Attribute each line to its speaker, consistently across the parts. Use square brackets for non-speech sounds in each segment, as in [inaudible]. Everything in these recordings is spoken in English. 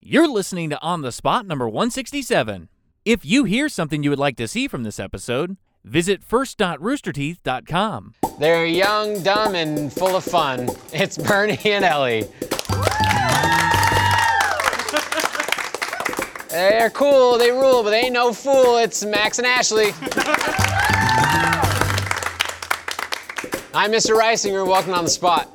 Speaker 1: You're listening to On the Spot number 167. If you hear something you would like to see from this episode, visit first.roosterteeth.com.
Speaker 2: They're young, dumb, and full of fun. It's Bernie and Ellie. They're cool, they rule, but they ain't no fool. It's Max and Ashley. I'm Mr. Reisinger, welcome on the spot.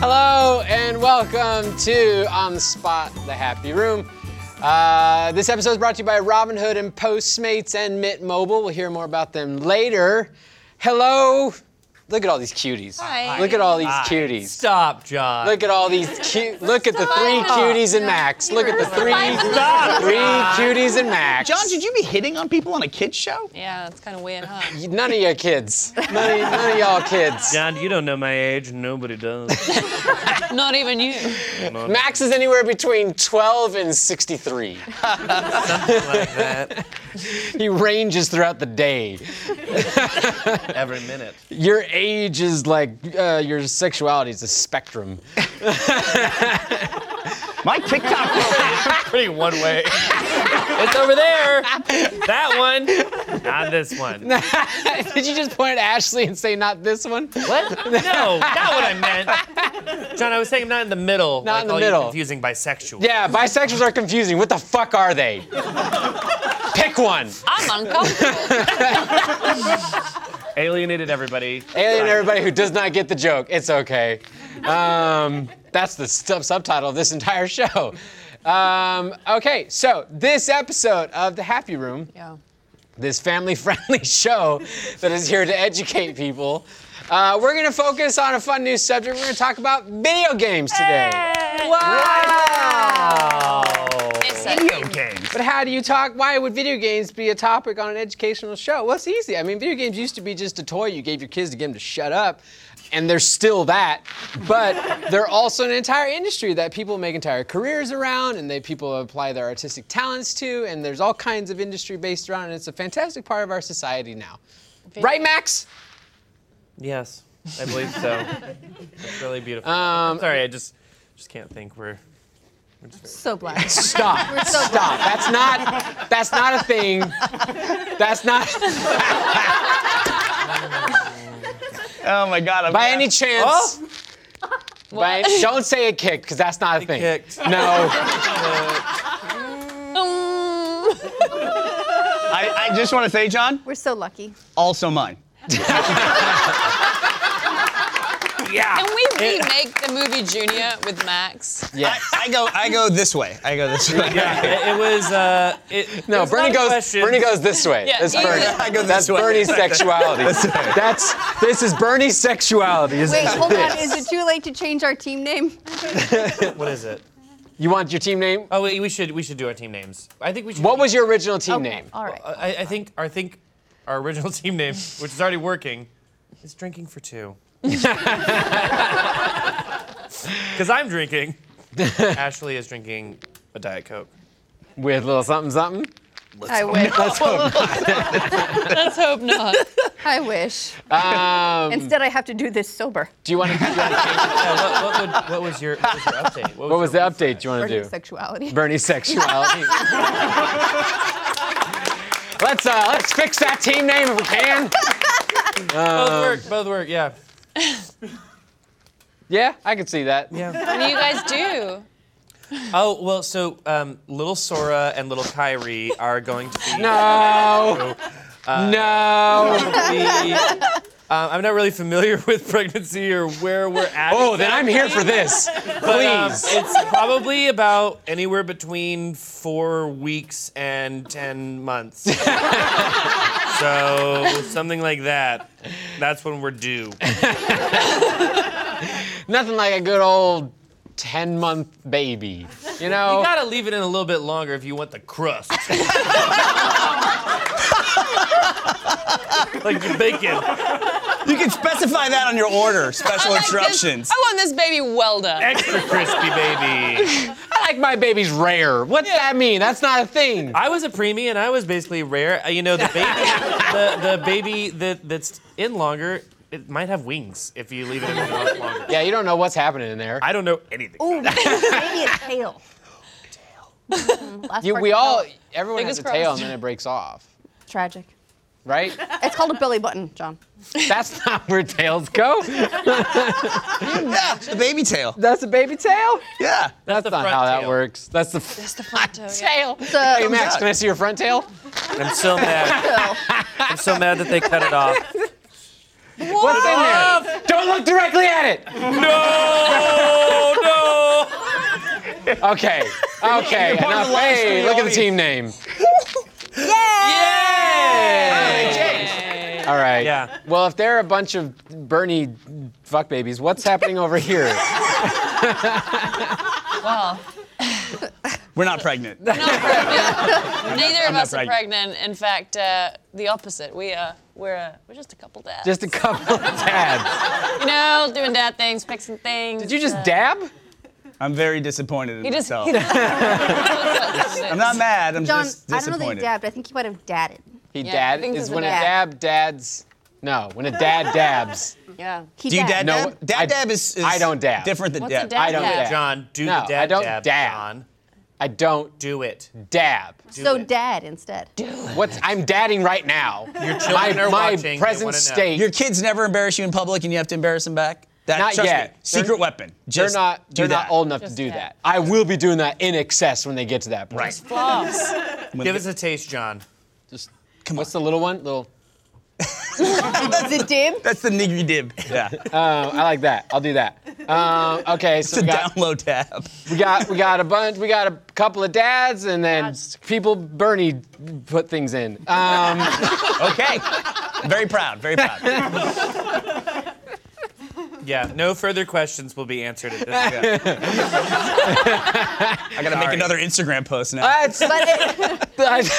Speaker 2: Hello and welcome to On the Spot, the Happy Room. Uh, this episode is brought to you by Robinhood and Postmates and Mint Mobile. We'll hear more about them later. Hello. Look at all these cuties.
Speaker 3: Hi.
Speaker 2: Look at all these cuties.
Speaker 4: Stop, John.
Speaker 2: Look at all these cute. Look at the three cuties and Max. Look at the
Speaker 3: [laughs]
Speaker 2: three,
Speaker 4: Stop.
Speaker 2: three cuties and Max.
Speaker 5: John, should you be hitting on people on a kids show?
Speaker 3: Yeah, it's kind of weird, huh?
Speaker 2: None of your kids. None of, none of y'all kids.
Speaker 4: [laughs] John, you don't know my age. Nobody does.
Speaker 3: Not even you.
Speaker 2: Max is anywhere between 12 and
Speaker 4: [laughs]
Speaker 2: 63.
Speaker 4: like that.
Speaker 2: He ranges throughout the day.
Speaker 4: Every minute.
Speaker 2: Your age is like uh, your sexuality is a spectrum.
Speaker 4: [laughs]
Speaker 5: My TikTok profile
Speaker 4: [laughs] Pretty
Speaker 2: [laughs]
Speaker 4: one way.
Speaker 1: It's over there.
Speaker 4: That one. Not this one. No,
Speaker 2: Did you just point at Ashley and say not this one?
Speaker 4: not what I meant. John, I was saying I'm not in the middle.
Speaker 2: Not
Speaker 4: like
Speaker 2: in the
Speaker 4: all you
Speaker 2: middle.
Speaker 4: Confusing
Speaker 2: [laughs]
Speaker 4: bisexual.
Speaker 2: Yeah, bisexuals are confusing. What the fuck are
Speaker 4: [laughs]
Speaker 2: they? Pick one.
Speaker 3: I'm uncomfortable.
Speaker 4: Alienated everybody.
Speaker 2: Alien everybody who does not get the joke. It's okay. Um, that's the sub- subtitle of this entire [laughs] show. Um, okay, so this episode of The Happy Room
Speaker 3: Yeah.
Speaker 2: this family friendly [laughs] show that is here to educate people. Uh, we're going to focus on a fun new subject. We're going to talk about video games today. Wow!
Speaker 3: It's
Speaker 5: video games.
Speaker 2: But how do you talk? Why would video games be a topic on an educational show? Well, it's easy. I mean, video games used to be just a toy you gave your kids to get them to shut up, and they're still that. But they're also an entire industry that people make entire careers around, and they people apply their artistic talents to, and there's all kinds of industry based around, and it's a fantastic part of our society now. Right, Max?
Speaker 4: Yes, I believe so. It's really beautiful. Um, Sorry, I just just can't think. We're
Speaker 3: so black.
Speaker 2: Stop. Stop. That's not. That's not a thing. That's not.
Speaker 5: Oh my God. I'm
Speaker 2: By any chance. [laughs] By,
Speaker 3: What?
Speaker 2: don't say it kicked, because that's not a thing.
Speaker 4: kicked.
Speaker 2: No.
Speaker 3: Mm.
Speaker 5: I, I just want to say, John,
Speaker 6: We're so lucky.
Speaker 5: also mine.
Speaker 3: Can we remake the movie Junior with Max?
Speaker 2: Yes.
Speaker 5: I go, I go this way. I go this way. [laughs]
Speaker 4: it, it was. Uh, it,
Speaker 2: No,
Speaker 4: there's a lot
Speaker 2: Bernie
Speaker 4: of
Speaker 2: goes.
Speaker 4: questions.
Speaker 2: Bernie goes this way.
Speaker 3: Yeah,
Speaker 2: that's
Speaker 3: either-
Speaker 2: Bernie.
Speaker 3: I
Speaker 5: go this
Speaker 2: that's
Speaker 5: way.
Speaker 2: Bernie's sexuality. that's this is Bernie's sexuality. is
Speaker 6: Wait, hold
Speaker 2: this.
Speaker 6: on. Is it too late to change our team name?
Speaker 4: What is it?
Speaker 2: You want your team name?
Speaker 4: Oh, wait, we should we should do our team names. I think we should.
Speaker 2: What was your original team
Speaker 6: Okay,
Speaker 2: name?
Speaker 6: Oh, All right.
Speaker 4: I, I think I think our original [laughs] team name, which is already working, is drinking for two. [laughs] Because
Speaker 2: [laughs]
Speaker 4: I'm drinking. Ashley is drinking a diet coke.
Speaker 2: With a little something something. [laughs]
Speaker 6: I wish.
Speaker 3: Let's hope not.
Speaker 6: I wish.
Speaker 2: Um,
Speaker 6: Instead, I have to do this sober.
Speaker 2: do you want to?
Speaker 4: Yeah, what, what, would, what was your what was your update?
Speaker 2: What was the
Speaker 4: your-
Speaker 2: update you want to
Speaker 6: Burning
Speaker 2: do?
Speaker 6: sexuality.
Speaker 2: Bernie's
Speaker 6: [laughs]
Speaker 2: sexuality. let's uh, let's fix that team name if we can. Um,
Speaker 4: Both work. Both work. Yeah.
Speaker 2: Yeah, I can see that.
Speaker 4: Yeah.
Speaker 3: What do you guys do?
Speaker 4: Oh well, so um, little Sora and little Kyrie are going to be. [laughs]
Speaker 2: No. no.
Speaker 4: be- um, I'm not really familiar [laughs] with pregnancy or where we're at.
Speaker 2: Oh, then I'm here for this.
Speaker 4: But, um,
Speaker 2: Please.
Speaker 4: it's probably about anywhere between four weeks and ten
Speaker 2: [laughs]
Speaker 4: months. so something like that. That's when we're due.
Speaker 2: Nothing like a good old 10 month baby. You know?
Speaker 4: You gotta leave it in a little bit longer if you want the crust. [laughs] like Jamaican.
Speaker 5: You can specify that on your order, special
Speaker 3: like this-
Speaker 5: instructions.
Speaker 3: I want this baby well done.
Speaker 4: Extra crispy baby.
Speaker 2: I like my babies rare. What's that mean? That's not a thing.
Speaker 4: I was a preemie and I was basically rare. Uh, You know, the baby, [laughs] the, the baby that, that's in longer, it might have wings if you leave it in the mouth longer.
Speaker 2: Yeah, you don't know what's happening in there.
Speaker 4: I don't know anything.
Speaker 6: Ooh, maybe a tail. Mhm, [laughs] last
Speaker 2: You,
Speaker 6: part
Speaker 2: we
Speaker 6: of the
Speaker 2: all,
Speaker 6: tail.
Speaker 2: everyone has a
Speaker 3: Fingers
Speaker 2: tail
Speaker 3: crossed.
Speaker 2: and then it breaks off,
Speaker 6: Tragic.
Speaker 2: right?
Speaker 6: It's called a belly button, John.
Speaker 2: That's not where tails go.
Speaker 5: yeah, the baby tail.
Speaker 2: That's a baby tail.
Speaker 5: Yeah.
Speaker 2: That's,
Speaker 4: the
Speaker 2: not
Speaker 4: front
Speaker 2: how that
Speaker 4: tail.
Speaker 2: works. That's the front
Speaker 3: That's the front toe. yeah.
Speaker 2: tail.
Speaker 6: The-
Speaker 2: [laughs] Hey Max,
Speaker 5: out.
Speaker 2: can I see your front tail?
Speaker 4: I'm so mad.
Speaker 2: [laughs]
Speaker 6: So,
Speaker 4: I'm so mad that they cut it off.
Speaker 2: What's in there? Don't look directly at it.
Speaker 4: No, Oh, no.
Speaker 2: Okay. Okay. Enough.
Speaker 5: the live
Speaker 2: Hey,
Speaker 5: stream
Speaker 2: look at the
Speaker 5: audience.
Speaker 2: team name. All right.
Speaker 4: Yeah.
Speaker 2: Well, if there are a bunch of Bernie fuck babies, what's happening over here?
Speaker 3: Well,
Speaker 5: We're not
Speaker 3: [laughs]
Speaker 5: pregnant.
Speaker 3: neither of
Speaker 5: not
Speaker 3: us are pregnant. In fact, uh, the opposite. We uh, we're uh, we're just a couple dads.
Speaker 2: Just a couple of dabs.
Speaker 3: you know, doing dad things, fixing things.
Speaker 2: Did you just
Speaker 3: uh,
Speaker 2: dab?
Speaker 5: I'm very disappointed
Speaker 3: [laughs]
Speaker 5: in
Speaker 3: He just-
Speaker 5: myself.
Speaker 3: I'm
Speaker 5: [laughs] I'm not mad. I'm
Speaker 6: John,
Speaker 5: just
Speaker 6: I don't know
Speaker 5: disappointed.
Speaker 6: that he dabbed. I think he might have dadded.
Speaker 2: He
Speaker 3: Yeah, I
Speaker 2: dad
Speaker 3: think this
Speaker 2: is
Speaker 3: is
Speaker 2: when
Speaker 3: a
Speaker 2: a
Speaker 6: dab.
Speaker 2: dab dads. No, when a dad dabs.
Speaker 3: Yeah.
Speaker 6: He
Speaker 5: Do you dab?
Speaker 6: dabbed.
Speaker 2: No,
Speaker 5: dab? Dab
Speaker 2: I-
Speaker 5: dab is, is
Speaker 2: I don't dab.
Speaker 5: Different than
Speaker 3: What's
Speaker 5: dab.
Speaker 3: a dad
Speaker 2: I don't
Speaker 3: dad?
Speaker 2: dab.
Speaker 4: John, do
Speaker 2: No,
Speaker 4: the
Speaker 2: I
Speaker 4: dab
Speaker 2: don't
Speaker 4: dab.
Speaker 2: dab.
Speaker 4: John,
Speaker 2: I don't
Speaker 4: do it.
Speaker 2: dab.
Speaker 6: So
Speaker 4: it.
Speaker 6: dad instead.
Speaker 2: What's I'm dadding right now. Your
Speaker 4: children
Speaker 2: my,
Speaker 4: are
Speaker 2: my
Speaker 4: watching, they
Speaker 2: present
Speaker 4: wanna know.
Speaker 2: state.
Speaker 5: Your kids never embarrass you in public, and you have to embarrass them back. That,
Speaker 2: Not
Speaker 5: trust
Speaker 2: yet.
Speaker 5: Me, secret
Speaker 2: They're-
Speaker 5: weapon.
Speaker 2: they're
Speaker 5: Just
Speaker 2: not
Speaker 5: do
Speaker 2: they're not
Speaker 5: that.
Speaker 2: old enough to
Speaker 3: Just
Speaker 2: do
Speaker 3: dab.
Speaker 2: that. I will be doing that in excess when they get to that point.
Speaker 5: Right.
Speaker 3: Floss.
Speaker 4: Give us a taste, John.
Speaker 2: Just come What's the little one? Little
Speaker 6: Is
Speaker 2: [laughs]
Speaker 6: it dib?
Speaker 5: That's the niggy dib. Yeah.
Speaker 2: uh, I like that. I'll do that. Um, okay, so
Speaker 5: it's a
Speaker 2: we got,
Speaker 5: down low tab.
Speaker 2: we got we got a bunch we got a couple of dads and then
Speaker 3: Dads.
Speaker 2: people Bernie put things in. Um,
Speaker 5: Okay. very proud. Very proud.
Speaker 4: [laughs] Yeah, no further questions will be answered at this point.
Speaker 5: [laughs] I gotta make another Instagram post now.
Speaker 6: [laughs]
Speaker 2: that's-
Speaker 6: But it,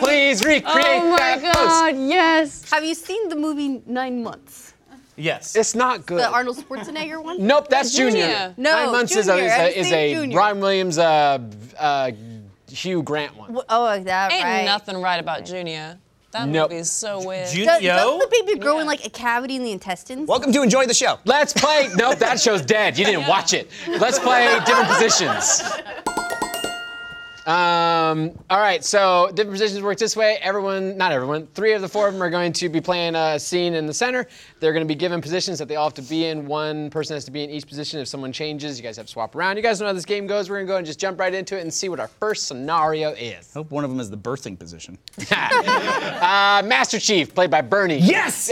Speaker 2: please recreate
Speaker 6: Oh
Speaker 2: that post.
Speaker 3: Oh yes.
Speaker 6: have you seen the movie Nine Months?
Speaker 4: Yes.
Speaker 2: It's not good.
Speaker 6: The Arnold Schwarzenegger one?
Speaker 2: Nope, that's Junior.
Speaker 3: Junior.
Speaker 6: No,
Speaker 2: Nine months is a,
Speaker 6: Junior.
Speaker 2: is
Speaker 6: I've
Speaker 2: a, is
Speaker 6: seen
Speaker 2: a
Speaker 6: Junior.
Speaker 2: Ryan Williams, uh, uh, Hugh Grant one.
Speaker 6: Wh- Oh, that
Speaker 3: Ain't
Speaker 6: right.
Speaker 3: nothing right about Junior. That
Speaker 2: Nope.
Speaker 3: movie is so weird.
Speaker 4: Ju-
Speaker 6: Does,
Speaker 4: Yo.
Speaker 6: does the baby grow in
Speaker 3: Yeah.
Speaker 6: like a cavity in the intestines?
Speaker 5: Welcome to Enjoy the Show.
Speaker 2: Let's play. Nope, that show's dead. You didn't
Speaker 3: Yeah.
Speaker 2: watch it. Let's play different positions. Um, all right, so different positions work this way. Everyone, not everyone, three of the four of them are going to be playing a scene in the center. They're going to be given positions that they all have to be in. One person has to be in each position. If someone changes, you guys have to swap around. You guys know how this game goes. We're going to go and just jump right into it and see what our first scenario is.
Speaker 5: Hope one of them is the birthing position.
Speaker 2: [laughs] Uh, Master Chief, played by Bernie.
Speaker 5: Yes.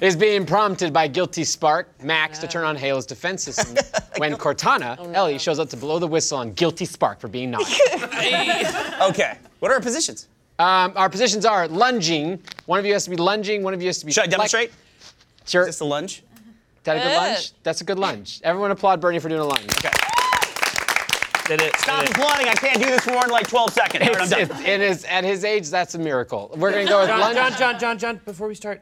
Speaker 2: is being prompted by Guilty
Speaker 4: Oh
Speaker 2: Spark, Max, to turn on Halo's defense
Speaker 4: [laughs]
Speaker 2: system when Cortana,
Speaker 4: Oh,
Speaker 2: Ellie, shows up to blow the whistle on Guilty Spark for being
Speaker 4: [laughs]
Speaker 2: naughty.
Speaker 3: [laughs]
Speaker 5: okay. What are our positions?
Speaker 2: um, our positions are lunging. One of you has to be lunging, one of you has to be.
Speaker 5: Should I
Speaker 2: flex-
Speaker 5: demonstrate?
Speaker 2: Sure.
Speaker 5: Is this a lunge?
Speaker 2: That a good
Speaker 3: Good.
Speaker 2: lunge? That's a good lunge. Everyone applaud Bernie for doing a lunge.
Speaker 5: Okay.
Speaker 4: Did it,
Speaker 5: Stop
Speaker 4: did it.
Speaker 5: applauding. I can't do this for more than like 12 seconds. All right, I'm
Speaker 2: It's-
Speaker 5: done.
Speaker 2: it's- it is, at his age, that's a miracle. We're going to go with
Speaker 4: John,
Speaker 2: lunge.
Speaker 4: John, John, John, John, before we start,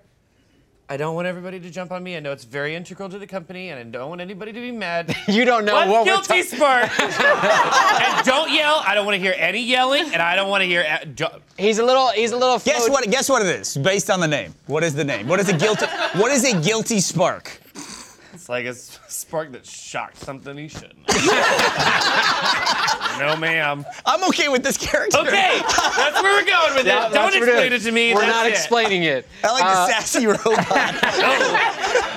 Speaker 4: I don't want everybody to jump on me. I know it's very integral to the company, and I don't want anybody to be [laughs] mad.
Speaker 2: You don't know
Speaker 4: But
Speaker 2: what we're talking
Speaker 4: guilty spark. [laughs] and don't yell. I don't want to hear any yelling, and I don't want to hear. a- jo-
Speaker 2: He's a little, he's a little.
Speaker 5: Guess
Speaker 2: float-
Speaker 5: what? Guess what it is. Based on the name. What is the name? What is a guilty? What is a guilty spark?
Speaker 4: It's like a s- spark that shocked something he shouldn't. [laughs] no, ma'am.
Speaker 5: I'm okay with this character.
Speaker 4: Okay, that's where we're going with
Speaker 2: Yeah, that's what
Speaker 4: it. Don't
Speaker 2: we're
Speaker 4: explain
Speaker 2: doing.
Speaker 4: it to me.
Speaker 2: We're
Speaker 4: that's
Speaker 2: not
Speaker 4: it.
Speaker 2: explaining
Speaker 4: [laughs]
Speaker 2: it.
Speaker 5: I like
Speaker 2: Uh,
Speaker 5: the
Speaker 2: [laughs]
Speaker 5: sassy robot.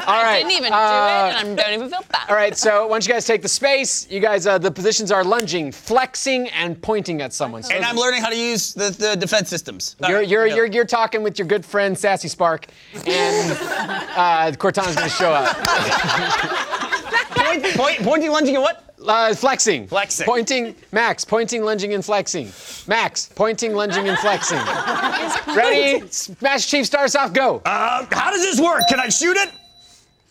Speaker 2: All right.
Speaker 4: e-
Speaker 3: Didn't even
Speaker 2: uh,
Speaker 3: do it, and I don't even feel bad.
Speaker 2: All right, so once you guys take the space, you guys, uh, the positions are lunging, flexing, and pointing at someone. So
Speaker 5: and I'm learning how to use the, the defense systems. All
Speaker 2: you're,
Speaker 5: right,
Speaker 2: you're,
Speaker 5: go.
Speaker 2: you're, you're talking with your good friend, Sassy Spark, and uh, Cortana's gonna show up.
Speaker 5: point, point, pointing, lunging, and what?
Speaker 2: Uh, flexing.
Speaker 5: Flexing.
Speaker 2: Pointing, Max, pointing, lunging, and flexing. Max, pointing, lunging, and flexing. Ready? Smash Chief starts off, go.
Speaker 5: Uh, how does this work? Can I shoot it?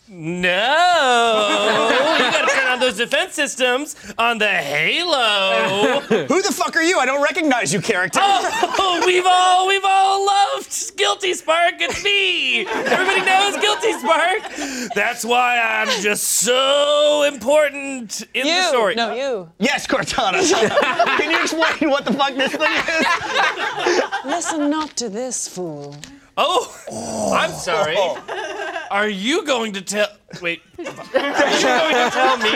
Speaker 4: No, [laughs] you gotta turn on those defense systems on the Halo.
Speaker 5: Who the fuck are you? I don't recognize you, character.
Speaker 4: Oh, [laughs] we've all we've all loved Guilty Spark. It's me. Everybody knows Guilty Spark. That's why I'm just so important in the story.
Speaker 3: No, you.
Speaker 5: Yes, [laughs] Cortana. Can you explain what the fuck this thing is?
Speaker 3: Listen not to this fool.
Speaker 4: Oh, I'm sorry. Are you going to tell? Wait, are you going to tell me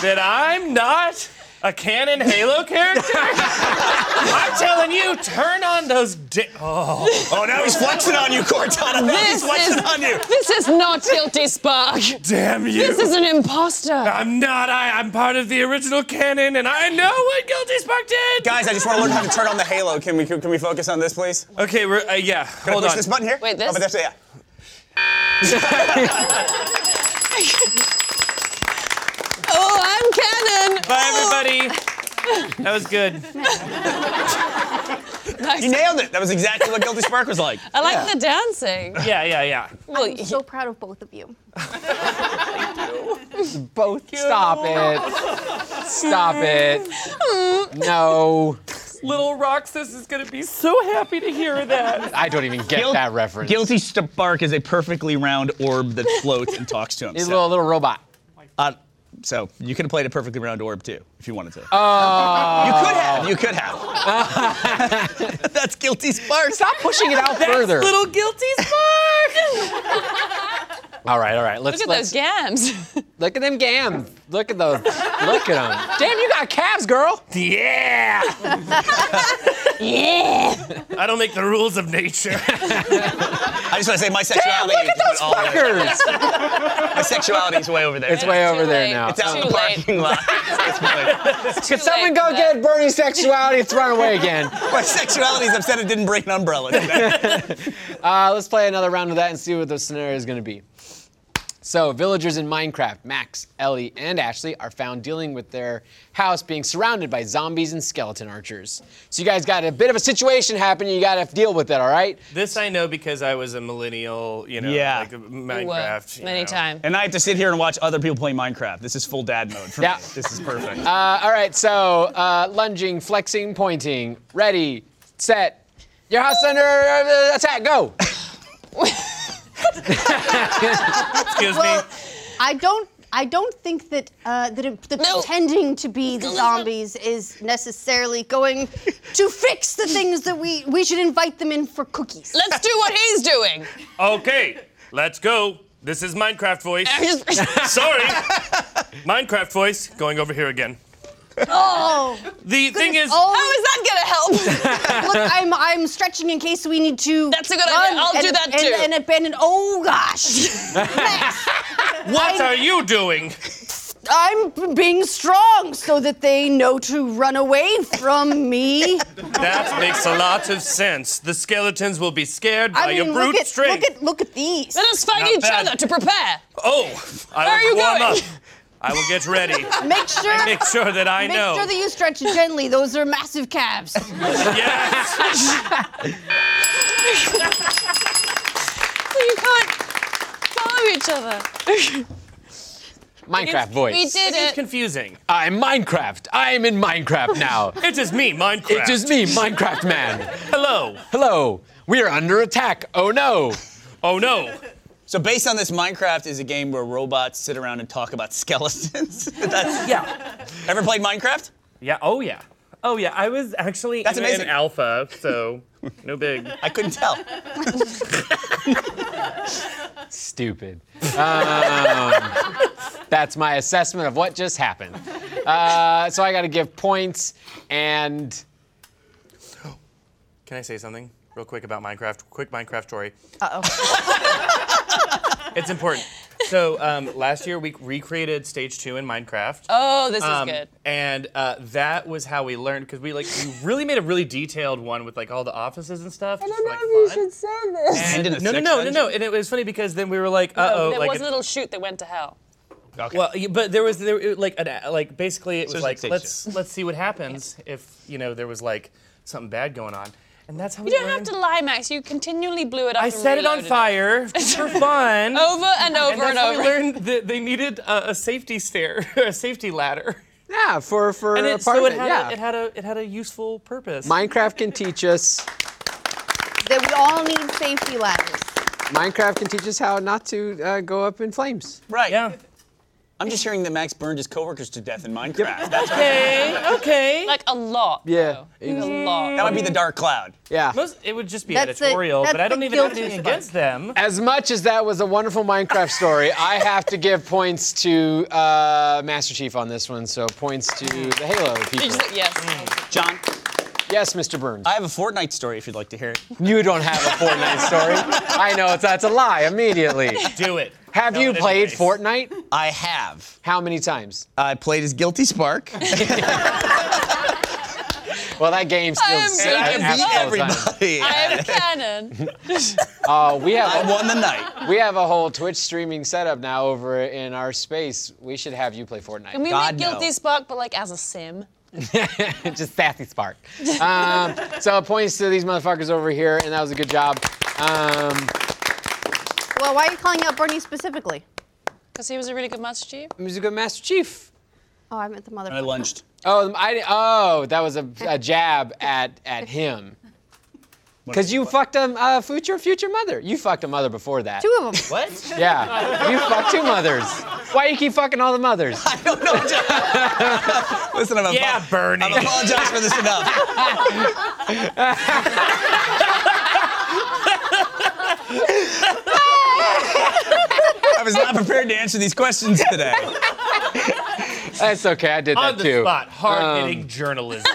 Speaker 4: that I'm not a canon Halo character? I'm telling you, turn on those. Di- oh,
Speaker 5: Oh, now he's flexing on you, Cortana. Now he's
Speaker 3: This
Speaker 5: flexing
Speaker 3: is-
Speaker 5: on you.
Speaker 3: This is not Guilty Spark.
Speaker 4: damn you!
Speaker 3: This is an imposter.
Speaker 4: I'm not. I, I'm part of the original canon, and I know what Guilty Spark did.
Speaker 5: Guys, I just want to learn how to turn on the halo. Can we can we focus on this, please? Can
Speaker 4: Okay, we're, uh, yeah.
Speaker 5: I
Speaker 4: hold
Speaker 5: push
Speaker 4: on.
Speaker 5: this button here?
Speaker 3: Wait,
Speaker 5: Oh,
Speaker 3: this?
Speaker 5: but that's yeah.
Speaker 3: Oh, I'm canon. Oh,
Speaker 4: Bye, everybody. That was good.
Speaker 5: You nailed it. That was exactly what Guilty Spark was like.
Speaker 3: I like the dancing.
Speaker 4: Yeah, yeah, yeah.
Speaker 3: Well,
Speaker 6: I'm so proud of both of you.
Speaker 2: Both. Stop it. Stop it. No.
Speaker 4: Little Roxas is gonna be so happy to hear that.
Speaker 2: I don't even get
Speaker 5: Guil-
Speaker 2: that reference.
Speaker 5: Guilty Spark is a perfectly round orb that floats and talks
Speaker 2: [laughs]
Speaker 5: to
Speaker 2: He's a
Speaker 5: himself.
Speaker 2: little, little robot.
Speaker 5: Uh, so you could have played a perfectly round orb too, if you wanted to. Oh. You could have. You could have. [laughs] That's Guilty Spark.
Speaker 2: Stop pushing it out further.
Speaker 4: Little Guilty Spark.
Speaker 2: [laughs] all right, all right. Let's
Speaker 3: Look at
Speaker 2: let's [laughs]
Speaker 3: those gams.
Speaker 2: look at them gams. Look at those. look at them. Damn, you got calves, girl.
Speaker 4: Yeah.
Speaker 3: yeah.
Speaker 4: I don't make the rules of nature.
Speaker 5: I just want to say my
Speaker 2: Damn,
Speaker 5: sexuality
Speaker 2: look at
Speaker 5: is
Speaker 2: those
Speaker 5: all the way-
Speaker 2: fuckers.
Speaker 5: My sexuality is way over there.
Speaker 2: it's way over
Speaker 3: Too
Speaker 2: there
Speaker 3: late.
Speaker 2: now.
Speaker 5: It's out in
Speaker 3: Too
Speaker 5: the
Speaker 3: late.
Speaker 5: parking lot.
Speaker 2: [laughs]
Speaker 5: It's fine.
Speaker 2: Could someone go get Bernie's sexuality thrown away again?
Speaker 5: My sexuality is upset it didn't bring an umbrella. today.
Speaker 2: Uh, let's play another round of that and see what the scenario is going to be. So, villagers in Minecraft, Max, Ellie, and Ashley are found dealing with their house being surrounded by zombies and skeleton archers. So, you guys got a bit of a situation happening. You got to deal with it, all right?
Speaker 4: This I know because I was a millennial, you know,
Speaker 5: Yeah.
Speaker 4: like Minecraft. you
Speaker 3: Many
Speaker 4: know.
Speaker 3: times.
Speaker 5: and I have to sit here and watch other people play Minecraft. This is full dad mode for
Speaker 2: Yeah.
Speaker 5: me. This is perfect.
Speaker 2: Uh, all right, so uh, lunging, flexing, pointing. Ready, set. Your house under uh, attack, go!
Speaker 4: Excuse
Speaker 6: Well,
Speaker 4: me.
Speaker 6: I don't. I don't think that uh, that it, the
Speaker 3: No.
Speaker 6: pretending to be the zombies is necessarily going to fix the things that we we should invite them in for cookies.
Speaker 3: Let's do what
Speaker 2: [laughs]
Speaker 3: he's doing.
Speaker 4: Okay, let's go. This is Minecraft
Speaker 6: [laughs]
Speaker 4: voice. Sorry. Minecraft voice going over here again.
Speaker 6: oh,
Speaker 4: The thing is,
Speaker 3: [laughs] How
Speaker 6: oh!
Speaker 3: is that gonna help?
Speaker 6: Look, I'm I'm stretching in case we need to.
Speaker 3: That's a good
Speaker 6: run
Speaker 3: idea. I'll
Speaker 6: and-
Speaker 3: do that
Speaker 6: and-
Speaker 3: too.
Speaker 6: And abandon. Oh
Speaker 3: [laughs]
Speaker 6: gosh,
Speaker 4: what are you doing?
Speaker 6: I'm being strong so that they know to run away from me.
Speaker 3: [laughs]
Speaker 4: That makes a lot of sense. The skeletons will be scared by
Speaker 6: I
Speaker 4: your
Speaker 6: mean,
Speaker 4: brute
Speaker 6: look at
Speaker 4: strength.
Speaker 6: look at look at these.
Speaker 3: Let us fight
Speaker 4: Not
Speaker 3: each
Speaker 4: bad.
Speaker 3: other to prepare.
Speaker 4: oh,
Speaker 3: Where
Speaker 4: I will
Speaker 3: are you
Speaker 4: warm
Speaker 3: going?
Speaker 4: up. I will get
Speaker 3: [laughs]
Speaker 4: ready.
Speaker 6: Make sure.
Speaker 4: Make sure that I
Speaker 6: Make
Speaker 4: know.
Speaker 6: sure that you stretch gently. Those are massive calves.
Speaker 4: yes.
Speaker 3: So you can't follow each other.
Speaker 2: Minecraft voice.
Speaker 3: We did
Speaker 4: It's
Speaker 3: it.
Speaker 4: confusing.
Speaker 2: I'm Minecraft. I am in Minecraft now.
Speaker 4: It is me, Minecraft.
Speaker 2: It's just me, Minecraft man.
Speaker 4: Hello.
Speaker 2: Hello, we are under attack. Oh no.
Speaker 4: Oh no.
Speaker 5: so based on this, Minecraft is a game where robots sit around and talk about [laughs] skeletons. That's-
Speaker 4: Yeah.
Speaker 5: ever played Minecraft?
Speaker 4: Yeah. Oh yeah. Oh yeah. I was actually
Speaker 5: That's
Speaker 4: in,
Speaker 5: amazing.
Speaker 4: in alpha, so no big.
Speaker 5: I couldn't tell.
Speaker 2: Stupid. Um, that's my assessment of what just happened. Uh, so I got to give points, and
Speaker 4: Can I say something real quick about Minecraft? Quick Minecraft story. Uh oh. [laughs] it's important. So um, last year we recreated stage two in Minecraft.
Speaker 3: Oh, this
Speaker 4: Um,
Speaker 3: is good.
Speaker 4: And uh, that was how we learned because we like we really made a really detailed one with like all the offices and stuff. just for, like, fun.
Speaker 3: say this.
Speaker 5: And in a
Speaker 4: no, no,
Speaker 5: sex
Speaker 4: no, no,
Speaker 5: dungeon?
Speaker 4: no. And it was funny because then we were like, uh oh,
Speaker 3: there
Speaker 4: like
Speaker 3: was
Speaker 4: it-
Speaker 3: a little shoot that went to hell.
Speaker 5: Okay.
Speaker 4: Well, y- but there was there it- like an, uh, like basically it was
Speaker 5: it's
Speaker 4: like
Speaker 5: like
Speaker 4: let's let's see what happens if you know there was like something bad going on. And that's how
Speaker 3: You don't have to lie, Max. You continually blew it up.
Speaker 4: I
Speaker 3: and
Speaker 4: set it on
Speaker 3: reloaded
Speaker 4: fire
Speaker 3: [laughs]
Speaker 4: for fun.
Speaker 3: Over and over and,
Speaker 4: and that's how
Speaker 3: over.
Speaker 4: we learned that they needed a, a safety stair, [laughs] a safety ladder.
Speaker 2: Yeah, for for
Speaker 4: And it, so
Speaker 2: apartment.
Speaker 4: it had,
Speaker 2: yeah.
Speaker 4: a, it had a it had a useful purpose.
Speaker 2: Minecraft can teach us.
Speaker 6: That we all need safety ladders.
Speaker 2: Minecraft can teach us how not to uh, go up in flames.
Speaker 5: Right.
Speaker 4: yeah.
Speaker 5: I'm just hearing that Max burned his coworkers to death in Minecraft. That's
Speaker 4: Okay. Okay.
Speaker 3: Like a lot.
Speaker 2: Yeah.
Speaker 3: though. A lot.
Speaker 5: that would be
Speaker 4: [laughs]
Speaker 5: the dark cloud.
Speaker 2: Yeah.
Speaker 4: Most, it would just be
Speaker 6: That's the-
Speaker 4: editorial,
Speaker 6: that's
Speaker 4: but I
Speaker 6: the
Speaker 4: don't even have
Speaker 6: guilty
Speaker 4: anything
Speaker 6: spark.
Speaker 4: against them.
Speaker 2: As much as that was a wonderful Minecraft story, I have to give points to uh, Master Chief on this one. So points to the Halo
Speaker 3: You
Speaker 2: people.
Speaker 3: just- [laughs] yes.
Speaker 5: John,
Speaker 2: Yes, Mr. Burns.
Speaker 5: I have a Fortnite story if you'd like to hear it.
Speaker 2: you don't have a Fortnite story. I know it's that's a lie immediately.
Speaker 4: Do it.
Speaker 2: Have
Speaker 4: Tell
Speaker 2: you
Speaker 4: it
Speaker 2: played
Speaker 4: anyways.
Speaker 2: Fortnite?
Speaker 5: I have.
Speaker 2: How many times?
Speaker 5: I played as Guilty
Speaker 4: [laughs]
Speaker 5: Spark.
Speaker 2: Well, that game still
Speaker 3: am
Speaker 2: sucks.
Speaker 3: And I
Speaker 5: I
Speaker 3: am
Speaker 5: beat
Speaker 2: all the time.
Speaker 5: everybody.
Speaker 3: I
Speaker 5: I
Speaker 3: am canon.
Speaker 2: Uh, we have
Speaker 5: won the night.
Speaker 2: we have a whole Twitch streaming setup now over in our space. We should have you play Fortnite.
Speaker 3: Can we
Speaker 5: God,
Speaker 3: make Guilty
Speaker 5: no.
Speaker 3: Spark, but like as a sim?
Speaker 2: [laughs] just sassy spark. Um, so points to these motherfuckers over here, and that was a good job. Um,
Speaker 6: Well, why are you calling out Bernie specifically?
Speaker 3: Because he was a really good Master Chief.
Speaker 2: he was a good Master Chief.
Speaker 6: Oh, I meant the mother.
Speaker 5: And I lunged.
Speaker 2: Oh, I, oh, that was a, a jab at at him. Because you fucked a uh, future future mother. You fucked a mother before that.
Speaker 6: Two of them.
Speaker 4: What?
Speaker 2: Yeah, you fucked two mothers. Why you keep fucking all the mothers?
Speaker 5: I don't know. John. [laughs] Listen, I'm
Speaker 4: Yeah, Bernie.
Speaker 5: I apologize for this enough. I was not prepared to answer these questions today.
Speaker 2: That's okay. I did
Speaker 4: On
Speaker 2: that
Speaker 4: the
Speaker 2: too.
Speaker 4: spot, hard hitting journalism.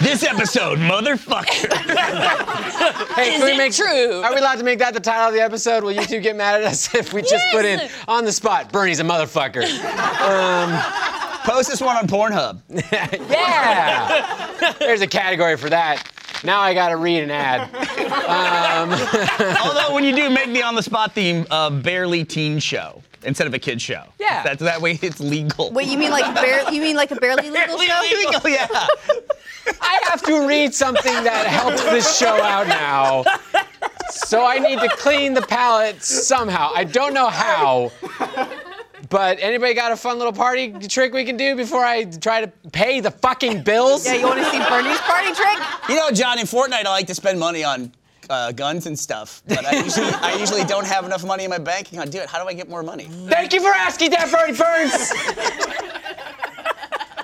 Speaker 5: This episode, motherfucker.
Speaker 2: Hey,
Speaker 3: Is
Speaker 2: can we
Speaker 3: it
Speaker 2: make-
Speaker 3: true?
Speaker 2: Are we allowed to make that the title of the episode? Will you two get mad at us [laughs] if we just put in
Speaker 3: Yes!
Speaker 2: on the spot? Bernie's a motherfucker.
Speaker 5: Post this one on Pornhub.
Speaker 2: Yeah. There's a category for that. Now I gotta read an ad.
Speaker 5: Although when you do make the on the spot theme a barely teen show instead of a kid show.
Speaker 2: Yeah.
Speaker 5: That's that way it's legal.
Speaker 6: Wait, you mean like bare, you mean like a barely legal
Speaker 5: Barely
Speaker 6: show?
Speaker 5: legal, yeah.
Speaker 2: I have to read something that helps this show out now. So I need to clean the palette somehow. I don't know how. But anybody got a fun little party trick we can do before I try to pay the fucking bills?
Speaker 6: Yeah, you want to see Bernie's party trick?
Speaker 5: You know, John, in Fortnite, I like to spend money on uh, guns and stuff, but I usually, I usually don't have enough money in my bank account. Dude, how do I get more money?
Speaker 2: Thank you for asking that, Bernie Burns. [laughs]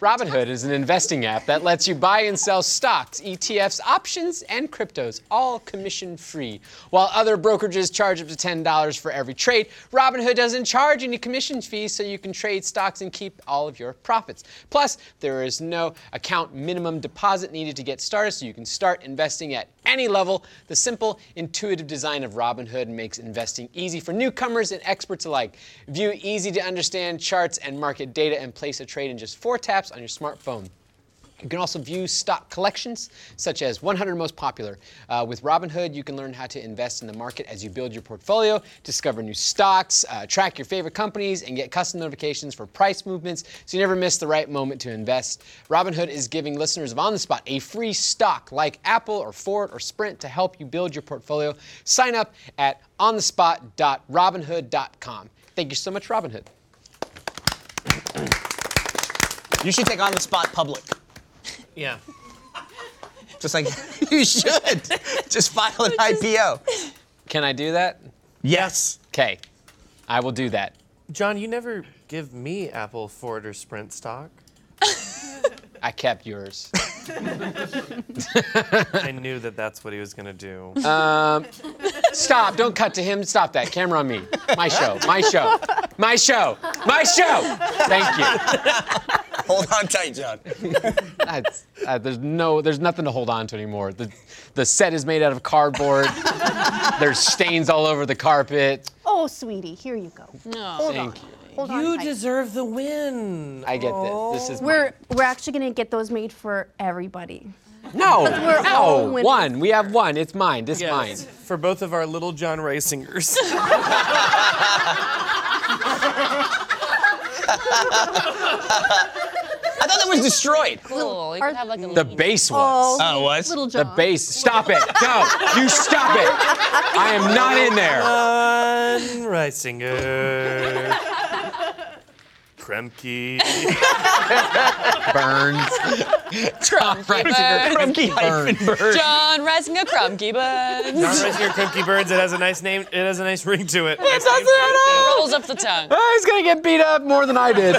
Speaker 2: Robinhood is an investing app that lets you buy and sell stocks, ETFs, options, and cryptos, all commission free. While other brokerages charge up to $10 for every trade, Robinhood doesn't charge any commission fees so you can trade stocks and keep all of your profits. Plus, there is no account minimum deposit needed to get started, so you can start investing at any level. The simple, intuitive design of Robinhood makes investing easy for newcomers and experts alike. View easy to understand charts and market data and place a trade in just four taps on your smartphone. You can also view stock collections, such as 100 most popular. Uh, with Robinhood, you can learn how to invest in the market as you build your portfolio, discover new stocks, uh, track your favorite companies, and get custom notifications for price movements so you never miss the right moment to invest. Robinhood is giving listeners of On the Spot a free stock like Apple or Ford or Sprint to help you build your portfolio. Sign up at onthespot.robinhood.com. Thank you so much, Robinhood.
Speaker 5: You should take on the spot public.
Speaker 4: yeah.
Speaker 5: Just like [laughs] you should. Just file an IPO.
Speaker 2: Can I do that?
Speaker 5: Yes.
Speaker 2: Okay, I will do that.
Speaker 4: John, you never give me Apple, Ford, or Sprint stock.
Speaker 2: I kept yours.
Speaker 4: I knew that that's what he was gonna do.
Speaker 2: Stop, don't cut to him. Stop that. Camera on me. My show, my show, my show, my show. Thank you.
Speaker 5: Hold on tight, John.
Speaker 2: That's, uh, there's no, there's nothing to hold on to anymore. The, the set is made out of cardboard. there's stains all over the carpet.
Speaker 6: Oh, sweetie, here you go. No. Hold on.
Speaker 2: Thank you.
Speaker 6: Hold on.
Speaker 4: you
Speaker 6: tight.
Speaker 4: deserve the win.
Speaker 2: I get this. This is
Speaker 6: We're we're actually gonna get those made for everybody.
Speaker 2: no,
Speaker 6: we're all
Speaker 2: no.
Speaker 6: winners
Speaker 2: One, we have one. It's mine. It's
Speaker 4: Yes,
Speaker 2: mine.
Speaker 4: For both of our little John [laughs] Racingers.
Speaker 5: I thought that was destroyed.
Speaker 3: Cool. You
Speaker 6: Are-
Speaker 3: could have like a
Speaker 2: The
Speaker 3: little-
Speaker 2: base
Speaker 6: Oh,
Speaker 4: Uh,
Speaker 2: was.
Speaker 5: Oh, it was?
Speaker 6: Little
Speaker 2: The
Speaker 6: John.
Speaker 2: base. Stop it. No, you stop it. I am not in there.
Speaker 6: [laughs]
Speaker 4: One Reisinger. [laughs] Kremke.
Speaker 5: Burns. Trump
Speaker 3: Burns.
Speaker 5: Krumke hyphen Burns.
Speaker 3: John Reisinger Krumke
Speaker 4: [laughs]
Speaker 3: Buns.
Speaker 4: John Reisinger, Kremke Burns. It has a nice name. It has a nice ring to it.
Speaker 3: Rolls up the tongue.
Speaker 2: Oh, he's gonna get beat up more than I did.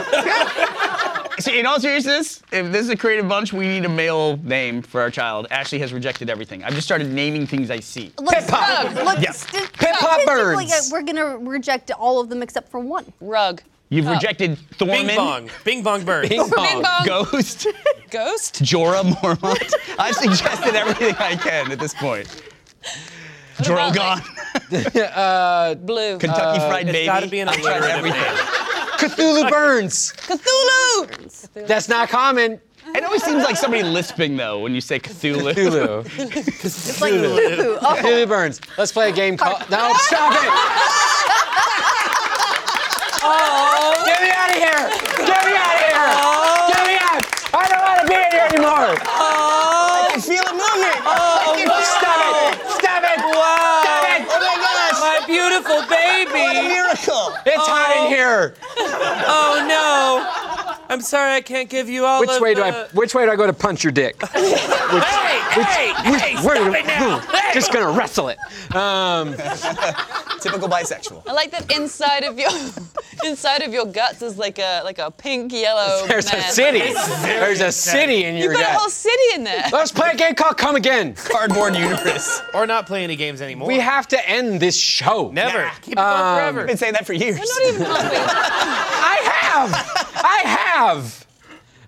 Speaker 5: See, in all seriousness, if this is a creative bunch, we need a male name for our child. Ashley has rejected everything. I've just started naming things I see.
Speaker 6: Let's
Speaker 5: Pippa.
Speaker 6: go. Look,
Speaker 5: Yeah.
Speaker 6: sti-
Speaker 5: Pippa
Speaker 6: statistically,
Speaker 5: Burns.
Speaker 6: uh, We're gonna reject all of them except for one.
Speaker 3: Rug.
Speaker 5: You've
Speaker 3: Oh.
Speaker 5: rejected Thorman.
Speaker 4: Bing Bong. [laughs] Bing Bong Burns.
Speaker 3: Bing bong.
Speaker 5: Ghost,
Speaker 3: Ghost?
Speaker 5: Jorah Mormont. [laughs] I've suggested everything I can at this point.
Speaker 3: about,
Speaker 5: Drogon,
Speaker 3: Blue.
Speaker 5: Kentucky Fried Baby.
Speaker 4: It's gotta be an
Speaker 5: I've tried
Speaker 4: alliterative
Speaker 5: everything.
Speaker 4: name.
Speaker 2: Cthulhu Burns.
Speaker 3: Cthulhu!
Speaker 2: That's not common.
Speaker 5: It always seems like somebody lisping though when you say Cthulhu. [laughs]
Speaker 2: Cthulhu.
Speaker 6: It's like poo-poo. Oh,
Speaker 2: [laughs] Cthulhu Burns. Let's play a game called. No, stop
Speaker 4: [laughs]
Speaker 2: it. Oh. Get me out of here. Get me out of here.
Speaker 4: Oh.
Speaker 2: Get me out. I don't want to be in here anymore.
Speaker 5: I can feel it moving. Oh,
Speaker 2: Stop it. Stop it. Stop it.
Speaker 5: Oh my gosh!
Speaker 4: My beautiful
Speaker 5: What a
Speaker 4: [laughs] baby.
Speaker 5: miracle!
Speaker 2: It's hot in here.
Speaker 4: Oh no. I'm sorry I can't give you all
Speaker 2: Which
Speaker 4: of
Speaker 2: way do
Speaker 4: the...
Speaker 2: I? Which way do I go to punch your dick?
Speaker 4: Hey, hey, hey,
Speaker 2: Where do [laughs]
Speaker 4: stop it now. Hey.
Speaker 2: Just gonna wrestle it.
Speaker 5: [laughs]
Speaker 2: Um,
Speaker 5: Typical bisexual.
Speaker 3: I like that inside of your [laughs] inside of your guts is like a like a pink yellow.
Speaker 2: There's a
Speaker 3: mess.
Speaker 2: city. There's a city in your
Speaker 3: You got a
Speaker 2: gut.
Speaker 3: whole city
Speaker 2: [laughs]
Speaker 3: in there.
Speaker 2: Let's play a game called Come Again.
Speaker 5: Cardboard uterus.
Speaker 4: Or not play any games anymore.
Speaker 2: We have to end this show.
Speaker 4: Never. Keep it going
Speaker 2: Um,
Speaker 4: forever.
Speaker 5: I've been saying that for years.
Speaker 3: Not even halfway.
Speaker 2: I have. I have.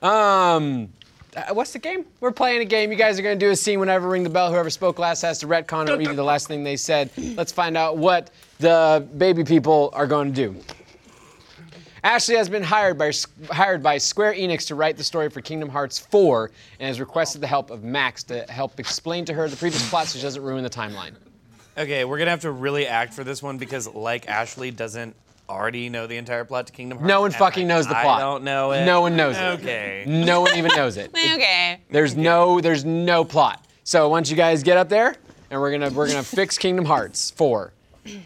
Speaker 2: Um, uh, what's the game? We're playing a game. You guys are going to do a scene whenever ring the bell. Whoever spoke last has to retcon or redo the last thing they said. Let's find out what the baby people are going to do. Ashley has been hired by hired by Square Enix to write the story for Kingdom Hearts 4 and has requested the help of Max to help explain to her the previous plot so she doesn't ruin the timeline.
Speaker 4: Okay, we're gonna have to really act for this one because, like, Ashley doesn't already know the entire plot to Kingdom Hearts.
Speaker 2: No one
Speaker 4: and
Speaker 2: fucking
Speaker 4: I-
Speaker 2: knows the plot.
Speaker 4: I don't know it.
Speaker 2: No one knows it.
Speaker 4: okay. it.
Speaker 2: No one even knows it.
Speaker 3: okay.
Speaker 2: There's no there's no plot. So once you guys get up there, and we're gonna we're gonna fix Kingdom Hearts four.